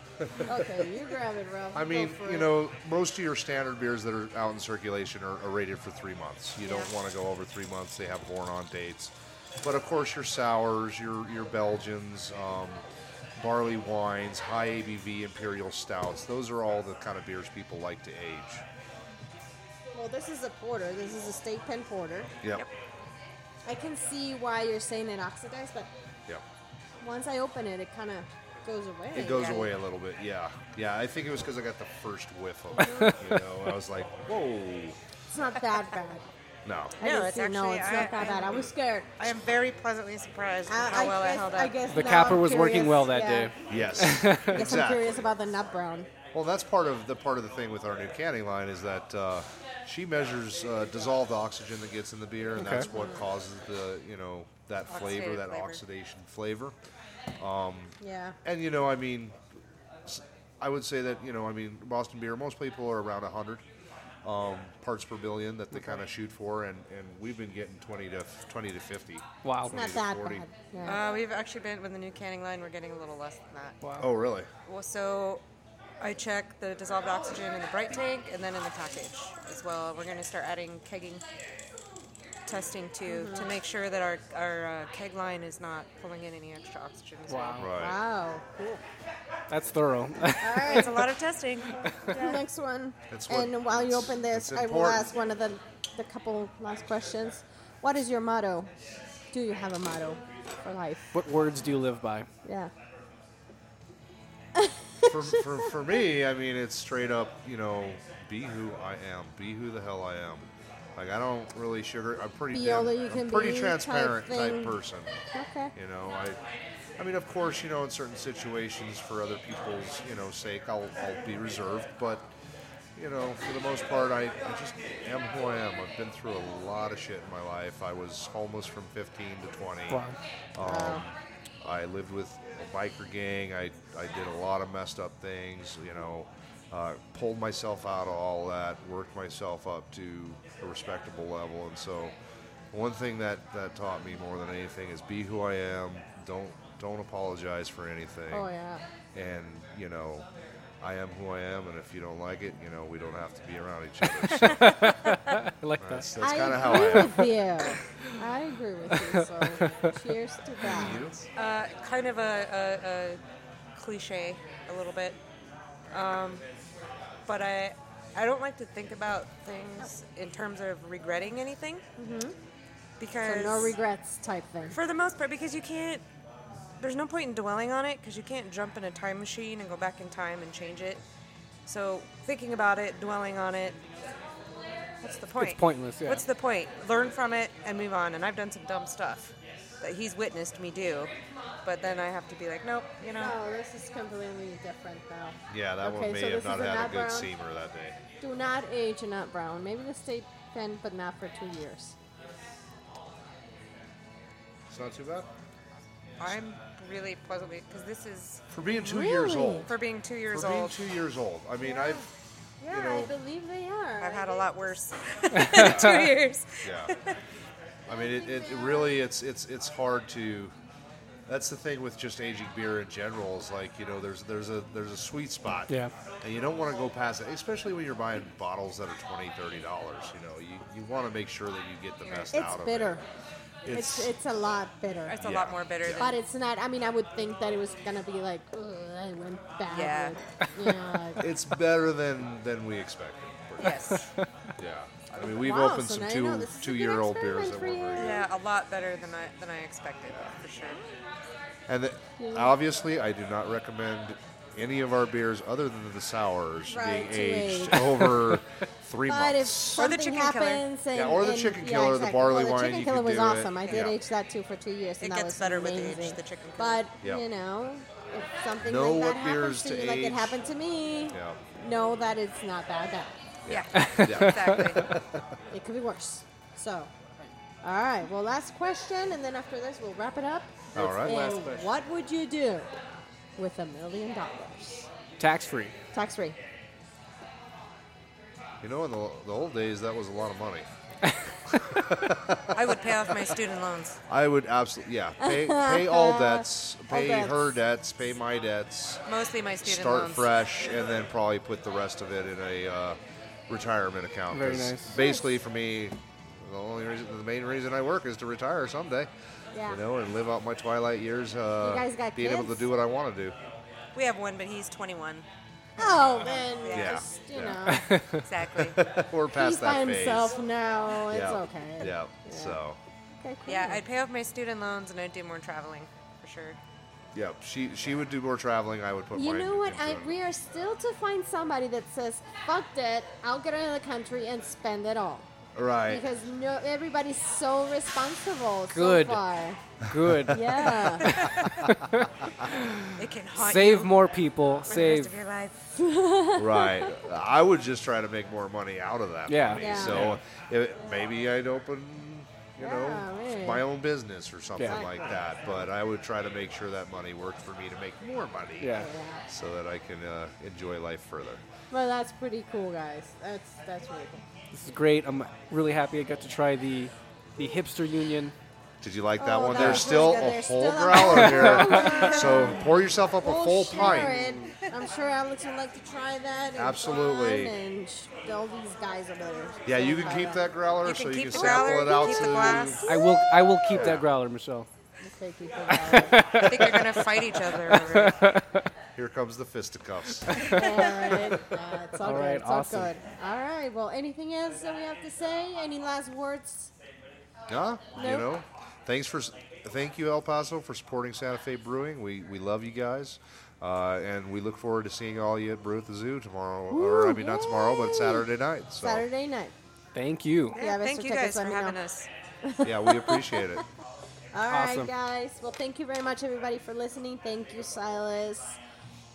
Speaker 2: okay, you grab it, Ralph.
Speaker 3: I
Speaker 2: Go
Speaker 3: mean,
Speaker 2: for
Speaker 3: you
Speaker 2: it.
Speaker 3: know, most of your standard beers that are out in circulation are, are rated for three months. You don't
Speaker 4: Yeah.
Speaker 3: want to go over three months. They have born-on dates, but of course, your sours, your your Belgians, um, barley wines, high ABV imperial stouts. Those are all the kind of beers people like to age.
Speaker 2: Well, this is a porter. This is a state pen porter.
Speaker 3: Yep.
Speaker 4: Yep.
Speaker 2: I can see why you're saying it oxidized, but
Speaker 3: Yep.
Speaker 2: once I open it, it kind of goes away.
Speaker 3: It goes
Speaker 4: yeah.
Speaker 3: away a little bit. Yeah. Yeah. I think it was because I got the first whiff of it. you know, I was like, whoa.
Speaker 2: It's not that bad.
Speaker 3: No.
Speaker 2: I
Speaker 4: No,
Speaker 2: can
Speaker 4: it's
Speaker 2: see- no,
Speaker 4: actually-
Speaker 2: it's
Speaker 4: I-
Speaker 2: not that
Speaker 4: I-
Speaker 2: bad. I was scared.
Speaker 4: I am very pleasantly surprised
Speaker 2: I,
Speaker 4: at how
Speaker 2: Uh, I
Speaker 4: well
Speaker 2: guess,
Speaker 4: I held up.
Speaker 2: I guess
Speaker 1: The
Speaker 2: now
Speaker 1: capper
Speaker 2: I'm
Speaker 1: was working
Speaker 2: curious-
Speaker 1: well that
Speaker 2: yeah.
Speaker 1: day.
Speaker 3: Yes.
Speaker 2: I guess I'm
Speaker 3: exactly.
Speaker 2: curious about the nut brown.
Speaker 3: Well, that's part of the part of the thing with our new canning line is that uh, She measures uh, dissolved oxygen that gets in the beer, and
Speaker 1: Okay.
Speaker 3: that's what causes the you know that flavor,
Speaker 4: Oxidative
Speaker 3: that
Speaker 4: flavor.
Speaker 3: oxidation flavor.
Speaker 2: Yeah.
Speaker 3: And you know, I mean, s- I would say that you know, I mean, Boston beer. Most people are around hundred um, parts per billion that they kind of shoot for, and, and we've been getting twenty to twenty to fifty.
Speaker 1: Wow. It's
Speaker 3: 20
Speaker 2: Not
Speaker 3: to
Speaker 2: that
Speaker 3: 40.
Speaker 2: bad. Yeah.
Speaker 4: Uh, we've actually been with the new canning line. We're getting a little less than that.
Speaker 1: Wow.
Speaker 3: Oh, really?
Speaker 4: Well, so I check the dissolved oxygen in the bright tank and then in the package as well. We're going to start adding kegging testing too to make sure that our, our uh, keg line is not pulling in any extra oxygen as
Speaker 1: Wow.
Speaker 4: well.
Speaker 3: Right.
Speaker 2: Wow. Cool.
Speaker 1: That's thorough.
Speaker 4: All right, it's a lot of testing.
Speaker 2: Next one.
Speaker 3: That's what-
Speaker 2: And while you
Speaker 3: it's-
Speaker 2: open this,
Speaker 3: it's
Speaker 2: I will
Speaker 3: important.
Speaker 2: ask one of the, the couple last questions. What is your motto? Do you have a motto for life?
Speaker 1: what words do you live by?
Speaker 2: Yeah.
Speaker 3: for, for, for me, I mean, it's straight up, you know, be who I am, be who the hell I am. Like I don't really sugar. I'm pretty.
Speaker 2: Be
Speaker 3: damn-
Speaker 2: all that you
Speaker 3: I'm
Speaker 2: can
Speaker 3: pretty
Speaker 2: be type
Speaker 3: transparent type,
Speaker 2: thing.
Speaker 3: person.
Speaker 2: Okay.
Speaker 3: You know, I. I mean, of course, you know, in certain situations, for other people's, you know, sake, I'll, I'll be reserved. But, you know, for the most part, I, I just am who I am. I've been through a lot of shit in my life. I was homeless from 15 to 20.
Speaker 1: Wow.
Speaker 3: Um, I lived with a biker gang. I, I did a lot of messed up things, you know, uh, pulled myself out of all that, worked myself up to a respectable level. And so, one thing that, that taught me more than anything is be who I am. Don't don't apologize for anything.
Speaker 2: Oh, yeah.
Speaker 3: And you know, I am who I am. And if you don't like it, you know, we don't have to be around each other. So
Speaker 1: I like that.
Speaker 3: that's that's
Speaker 2: I
Speaker 3: kind of how I
Speaker 2: agree
Speaker 3: am.
Speaker 2: with you. I agree with you. So cheers to that.
Speaker 3: You?
Speaker 4: Uh, kind of a, a, a cliche, a little bit. Um, but I, I don't like to think about things in terms of regretting anything. Mm-hmm. Because
Speaker 2: So no regrets type thing.
Speaker 4: For the most part, because you can't. There's no point in dwelling on it because you can't jump in a time machine and go back in time and change it. So thinking about it, dwelling on it, what's the point?
Speaker 1: pointless, yeah.
Speaker 4: What's the point? Learn from it and move on. And I've done some dumb stuff that he's witnessed me do, but then I have to be like, nope, you know.
Speaker 2: No, this is completely different now.
Speaker 3: Yeah, that
Speaker 2: Okay,
Speaker 3: one may
Speaker 2: so
Speaker 3: have
Speaker 2: this
Speaker 3: not
Speaker 2: is
Speaker 3: had
Speaker 2: not
Speaker 3: a good
Speaker 2: brown.
Speaker 3: seamer that day.
Speaker 2: Do not age and not brown. Maybe the state can, but not for two years.
Speaker 3: It's not too bad.
Speaker 4: I'm really pleasantly because this is
Speaker 3: For being two years
Speaker 2: Really?
Speaker 3: old.
Speaker 4: for being two years
Speaker 3: for
Speaker 4: old.
Speaker 3: being two years old. I mean, I've
Speaker 2: Yeah,
Speaker 3: know-
Speaker 2: I believe they are.
Speaker 4: I've
Speaker 2: I
Speaker 4: had a
Speaker 2: think-
Speaker 4: lot worse. two years.
Speaker 3: yeah. I mean, it, it, it really it's it's it's hard to. That's the thing with just aging beer in general is like you know there's there's a there's a sweet spot.
Speaker 1: Yeah.
Speaker 3: And you don't want to go past it, especially when you're buying bottles that are 20 30 dollars. You know, you, you want to make sure that you get the best
Speaker 2: It's
Speaker 3: out
Speaker 2: bitter.
Speaker 3: of it.
Speaker 2: It's, it's a lot bitter.
Speaker 4: It's a
Speaker 3: Yeah.
Speaker 4: lot more bitter than
Speaker 2: But it's not. I mean, I would think that it was gonna be like, Ugh, I went bad.
Speaker 4: Yeah.
Speaker 2: yeah.
Speaker 3: it's better than than we expected.
Speaker 4: yes.
Speaker 3: Yeah. I mean, we've
Speaker 2: Wow,
Speaker 3: opened
Speaker 2: so
Speaker 3: some
Speaker 2: now you know
Speaker 3: two
Speaker 2: this is a good
Speaker 3: two year old beers
Speaker 2: experiment
Speaker 3: that
Speaker 2: for
Speaker 3: were
Speaker 2: you.
Speaker 3: very good.
Speaker 4: Yeah, a lot better than I than I expected for sure.
Speaker 3: And the, obviously, I do not recommend any of our beers other than the sours
Speaker 2: Right, to
Speaker 3: being aged
Speaker 2: age.
Speaker 3: over three
Speaker 2: But if
Speaker 3: months.
Speaker 4: Or the
Speaker 2: something
Speaker 4: chicken killer.
Speaker 2: happens, and,
Speaker 3: Yeah, or the
Speaker 2: and-
Speaker 3: chicken
Speaker 2: yeah,
Speaker 3: killer, the
Speaker 2: exactly.
Speaker 3: barley
Speaker 2: well,
Speaker 3: wine,
Speaker 2: the chicken
Speaker 3: you
Speaker 2: killer
Speaker 3: could
Speaker 2: was
Speaker 3: do it.
Speaker 2: awesome. I did
Speaker 3: Yeah.
Speaker 2: age that too for two years, and
Speaker 4: It
Speaker 2: that
Speaker 4: gets
Speaker 2: was
Speaker 4: better with
Speaker 2: amazing.
Speaker 4: age, the chicken killer.
Speaker 2: But
Speaker 3: Yep.
Speaker 2: you know, if something
Speaker 3: Know
Speaker 2: like
Speaker 3: what
Speaker 2: that happens
Speaker 3: beers
Speaker 2: to,
Speaker 3: to
Speaker 2: you, like it
Speaker 3: age.
Speaker 2: happened to me,
Speaker 3: Yeah.
Speaker 2: know that it's not that bad.
Speaker 4: Yeah,
Speaker 3: Yeah.
Speaker 4: exactly.
Speaker 2: It could be worse. So, all right. Well, last question, and then after this, we'll wrap it up.
Speaker 3: All right.
Speaker 2: And
Speaker 1: Last question.
Speaker 2: what would you do with a million dollars?
Speaker 1: Tax free.
Speaker 2: Tax free.
Speaker 3: You know, in the, the old days, that was a lot of money.
Speaker 4: I would pay off my student loans.
Speaker 3: I would absolutely, yeah, pay, pay all debts,
Speaker 2: All
Speaker 3: pay
Speaker 2: debts.
Speaker 3: her debts, pay my debts,
Speaker 4: Mostly my student
Speaker 3: start
Speaker 4: loans.
Speaker 3: fresh, and then probably put the rest of it in a uh, retirement account.
Speaker 1: Very
Speaker 3: 'cause
Speaker 1: nice.
Speaker 3: Basically, for me, the only reason, the main reason I work is to retire someday.
Speaker 2: Yeah.
Speaker 3: You know, and live out my twilight years, uh,
Speaker 2: guys got
Speaker 3: being able
Speaker 2: kids?
Speaker 3: to do what I want to do.
Speaker 4: We have one, but he's 21.
Speaker 2: Oh, then
Speaker 4: Yeah.
Speaker 2: just you
Speaker 3: Yeah.
Speaker 2: know.
Speaker 4: Exactly.
Speaker 3: We're past
Speaker 2: He's
Speaker 3: that
Speaker 2: by
Speaker 3: phase.
Speaker 2: himself now. It's
Speaker 3: Yeah.
Speaker 2: okay.
Speaker 3: Yeah. So,
Speaker 2: Okay, cool.
Speaker 4: yeah, I'd pay off my student loans and I'd do more traveling for sure.
Speaker 3: yeah, she she would do more traveling. I would put.
Speaker 2: you
Speaker 3: mine
Speaker 2: know what?
Speaker 3: into
Speaker 2: I,
Speaker 3: it.
Speaker 2: we are still to find somebody that says, "Fuck that! I'll get out of the country and spend it all."
Speaker 3: Right.
Speaker 2: because no everybody's so responsible
Speaker 1: Good.
Speaker 2: so far.
Speaker 1: Good.
Speaker 2: Yeah.
Speaker 4: It can haunt
Speaker 1: Save
Speaker 4: you
Speaker 1: more people.
Speaker 4: for the rest
Speaker 1: Save.
Speaker 4: of your life.
Speaker 3: right. I would just try to make more money out of that.
Speaker 1: Yeah.
Speaker 3: Money.
Speaker 2: Yeah.
Speaker 3: So it, maybe I'd open, you
Speaker 2: Yeah,
Speaker 3: know,
Speaker 2: maybe.
Speaker 3: my own business or something
Speaker 1: Yeah.
Speaker 3: like that. But I would try to make sure that money worked for me to make more money.
Speaker 1: Yeah.
Speaker 3: So that I can uh, enjoy life further.
Speaker 2: well, that's pretty cool, guys. That's that's really cool.
Speaker 1: This is great. I'm really happy I got to try the the hipster union.
Speaker 3: Did you like that
Speaker 2: Oh,
Speaker 3: one?
Speaker 2: that
Speaker 3: There's
Speaker 2: was
Speaker 3: still
Speaker 2: really good.
Speaker 3: a
Speaker 2: There's
Speaker 3: whole
Speaker 2: still a-
Speaker 3: growler here. so pour yourself up a
Speaker 2: Well,
Speaker 3: full pint.
Speaker 2: Sharon, I'm sure Alex would like to try that. And
Speaker 3: Absolutely.
Speaker 2: Dawn And sh- all these guys are better.
Speaker 3: Yeah,
Speaker 2: So
Speaker 3: you can
Speaker 2: try
Speaker 3: keep that
Speaker 2: that.
Speaker 3: growler
Speaker 4: You
Speaker 3: so
Speaker 4: can
Speaker 3: you
Speaker 4: keep
Speaker 3: can
Speaker 4: the
Speaker 3: sample
Speaker 4: growler,
Speaker 3: it out
Speaker 4: keep the
Speaker 3: to.
Speaker 4: glass.
Speaker 1: I will I will keep that growler, Michelle.
Speaker 2: Okay, keep it growler.
Speaker 4: I think they're gonna fight each other. Over it.
Speaker 3: Here comes the fisticuffs.
Speaker 2: All right. Yeah, it's all,
Speaker 1: All
Speaker 2: good.
Speaker 1: right,
Speaker 2: It's
Speaker 1: awesome.
Speaker 2: all good. All right. Well, anything else that we have to say? Any last words?
Speaker 3: Yeah, you
Speaker 2: Nope.
Speaker 3: know. Thanks for thank you El Paso for supporting Santa Fe Brewing. We we love you guys, uh, and we look forward to seeing all you at Brew at the Zoo tomorrow, or I mean not tomorrow, but
Speaker 2: yay.
Speaker 3: Saturday night. So
Speaker 2: Saturday night.
Speaker 1: Thank you.
Speaker 4: Yeah,
Speaker 2: Mr.
Speaker 4: thank you
Speaker 2: Tickets,
Speaker 4: guys
Speaker 2: let
Speaker 4: for
Speaker 2: me know.
Speaker 4: having us.
Speaker 3: yeah, we appreciate it.
Speaker 2: All right,
Speaker 1: Awesome.
Speaker 2: guys. Well, thank you very much, everybody, for listening. Thank you, Silas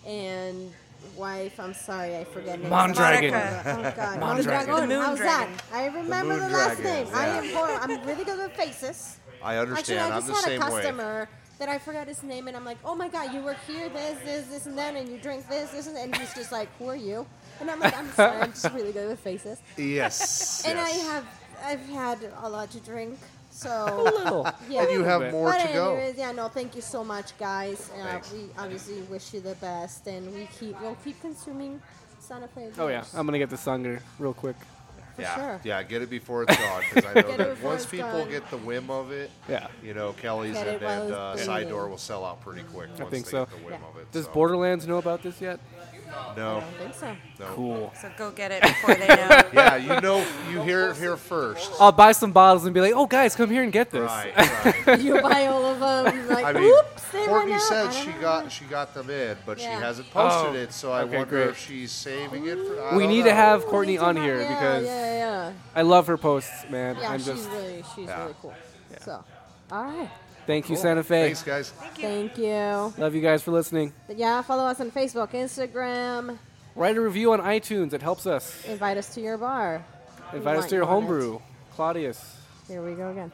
Speaker 2: and wife. I'm sorry, I forget. names.
Speaker 1: Mondragon.
Speaker 2: Monica. Oh
Speaker 1: Mondragon.
Speaker 2: God, Mondragon.
Speaker 4: The moon
Speaker 2: How's
Speaker 4: dragon.
Speaker 2: that? I remember
Speaker 3: moon
Speaker 2: the, last
Speaker 3: dragon,
Speaker 2: name. I
Speaker 3: yeah.
Speaker 2: am horrible. I'm really good with faces.
Speaker 3: I
Speaker 2: Actually,
Speaker 3: understand.
Speaker 2: I just
Speaker 3: I'm the
Speaker 2: had a
Speaker 3: same way.
Speaker 2: customer that I forgot his name, and I'm like, "Oh my God, you work here, this, this, this, and that, and you drink this, this, and," that," and he's just like, "Who are you?" And I'm like, "I'm sorry, I'm just really good with faces."
Speaker 3: Yes.
Speaker 2: And I
Speaker 3: yes.
Speaker 2: have, I've had a lot to drink, so
Speaker 1: Little.
Speaker 2: yeah.
Speaker 3: And you have
Speaker 1: bit.
Speaker 3: more
Speaker 2: but
Speaker 3: to go.
Speaker 2: anyways, yeah, no, thank you so much, guys. Uh,
Speaker 3: Thanks.
Speaker 2: we obviously wish you the best, and we keep we'll keep consuming Santa Fe.
Speaker 1: Oh yeah,
Speaker 2: beers.
Speaker 1: I'm gonna get the sunger real quick.
Speaker 3: yeah,
Speaker 2: sure.
Speaker 3: yeah. Get it before it's gone because I know
Speaker 2: it
Speaker 3: that
Speaker 2: before
Speaker 3: once
Speaker 2: it's
Speaker 3: people
Speaker 2: gone.
Speaker 3: get the whim of it,
Speaker 1: Yeah.
Speaker 3: you know, Kelly's
Speaker 2: Get it
Speaker 3: and,
Speaker 2: while
Speaker 3: and
Speaker 2: it's
Speaker 3: uh,
Speaker 2: bleeding.
Speaker 3: Side Door will sell out pretty quick. Once
Speaker 1: think
Speaker 3: they
Speaker 1: so.
Speaker 3: Get the whim
Speaker 2: Yeah.
Speaker 3: of it.
Speaker 1: Does
Speaker 3: so.
Speaker 1: Borderlands know about this yet?
Speaker 2: I
Speaker 3: No.
Speaker 2: don't think so.
Speaker 3: no.
Speaker 1: Cool.
Speaker 4: So go get it before they know.
Speaker 3: Yeah, you know, you hear it here first.
Speaker 1: I'll buy some bottles and be like, "Oh, guys, come here and get this."
Speaker 3: Right, right.
Speaker 2: You buy all of them, like,
Speaker 3: I mean,
Speaker 2: oops, they ran
Speaker 3: Courtney
Speaker 2: out.
Speaker 3: said
Speaker 2: I
Speaker 3: she
Speaker 2: don't know.
Speaker 3: got she got them in, but
Speaker 2: Yeah.
Speaker 3: she hasn't posted
Speaker 1: Oh,
Speaker 3: it. So I
Speaker 1: okay,
Speaker 3: wonder
Speaker 1: great.
Speaker 3: if she's saving it. For, I
Speaker 1: We
Speaker 3: don't
Speaker 1: need
Speaker 3: know.
Speaker 1: to have
Speaker 2: We need
Speaker 1: Courtney
Speaker 2: to
Speaker 1: on
Speaker 2: have-
Speaker 1: here
Speaker 2: yeah,
Speaker 1: because
Speaker 2: yeah, yeah.
Speaker 1: I love her posts, man.
Speaker 2: Yeah,
Speaker 1: I'm
Speaker 2: she's
Speaker 1: just
Speaker 2: really she's
Speaker 3: Yeah.
Speaker 2: really cool. So, all right,
Speaker 1: thank you,
Speaker 3: Cool.
Speaker 1: Santa Fe.
Speaker 3: Thanks, guys.
Speaker 2: thank you.
Speaker 1: Love you guys for listening.
Speaker 2: But yeah, follow us on Facebook, Instagram.
Speaker 1: Write a review on iTunes. It helps us.
Speaker 2: Invite us to your bar. We
Speaker 1: Invite us
Speaker 2: want
Speaker 1: to your
Speaker 2: you on it.
Speaker 1: homebrew, Claudius.
Speaker 2: Here we go again.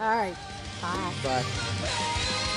Speaker 2: all right, bye.
Speaker 1: Bye.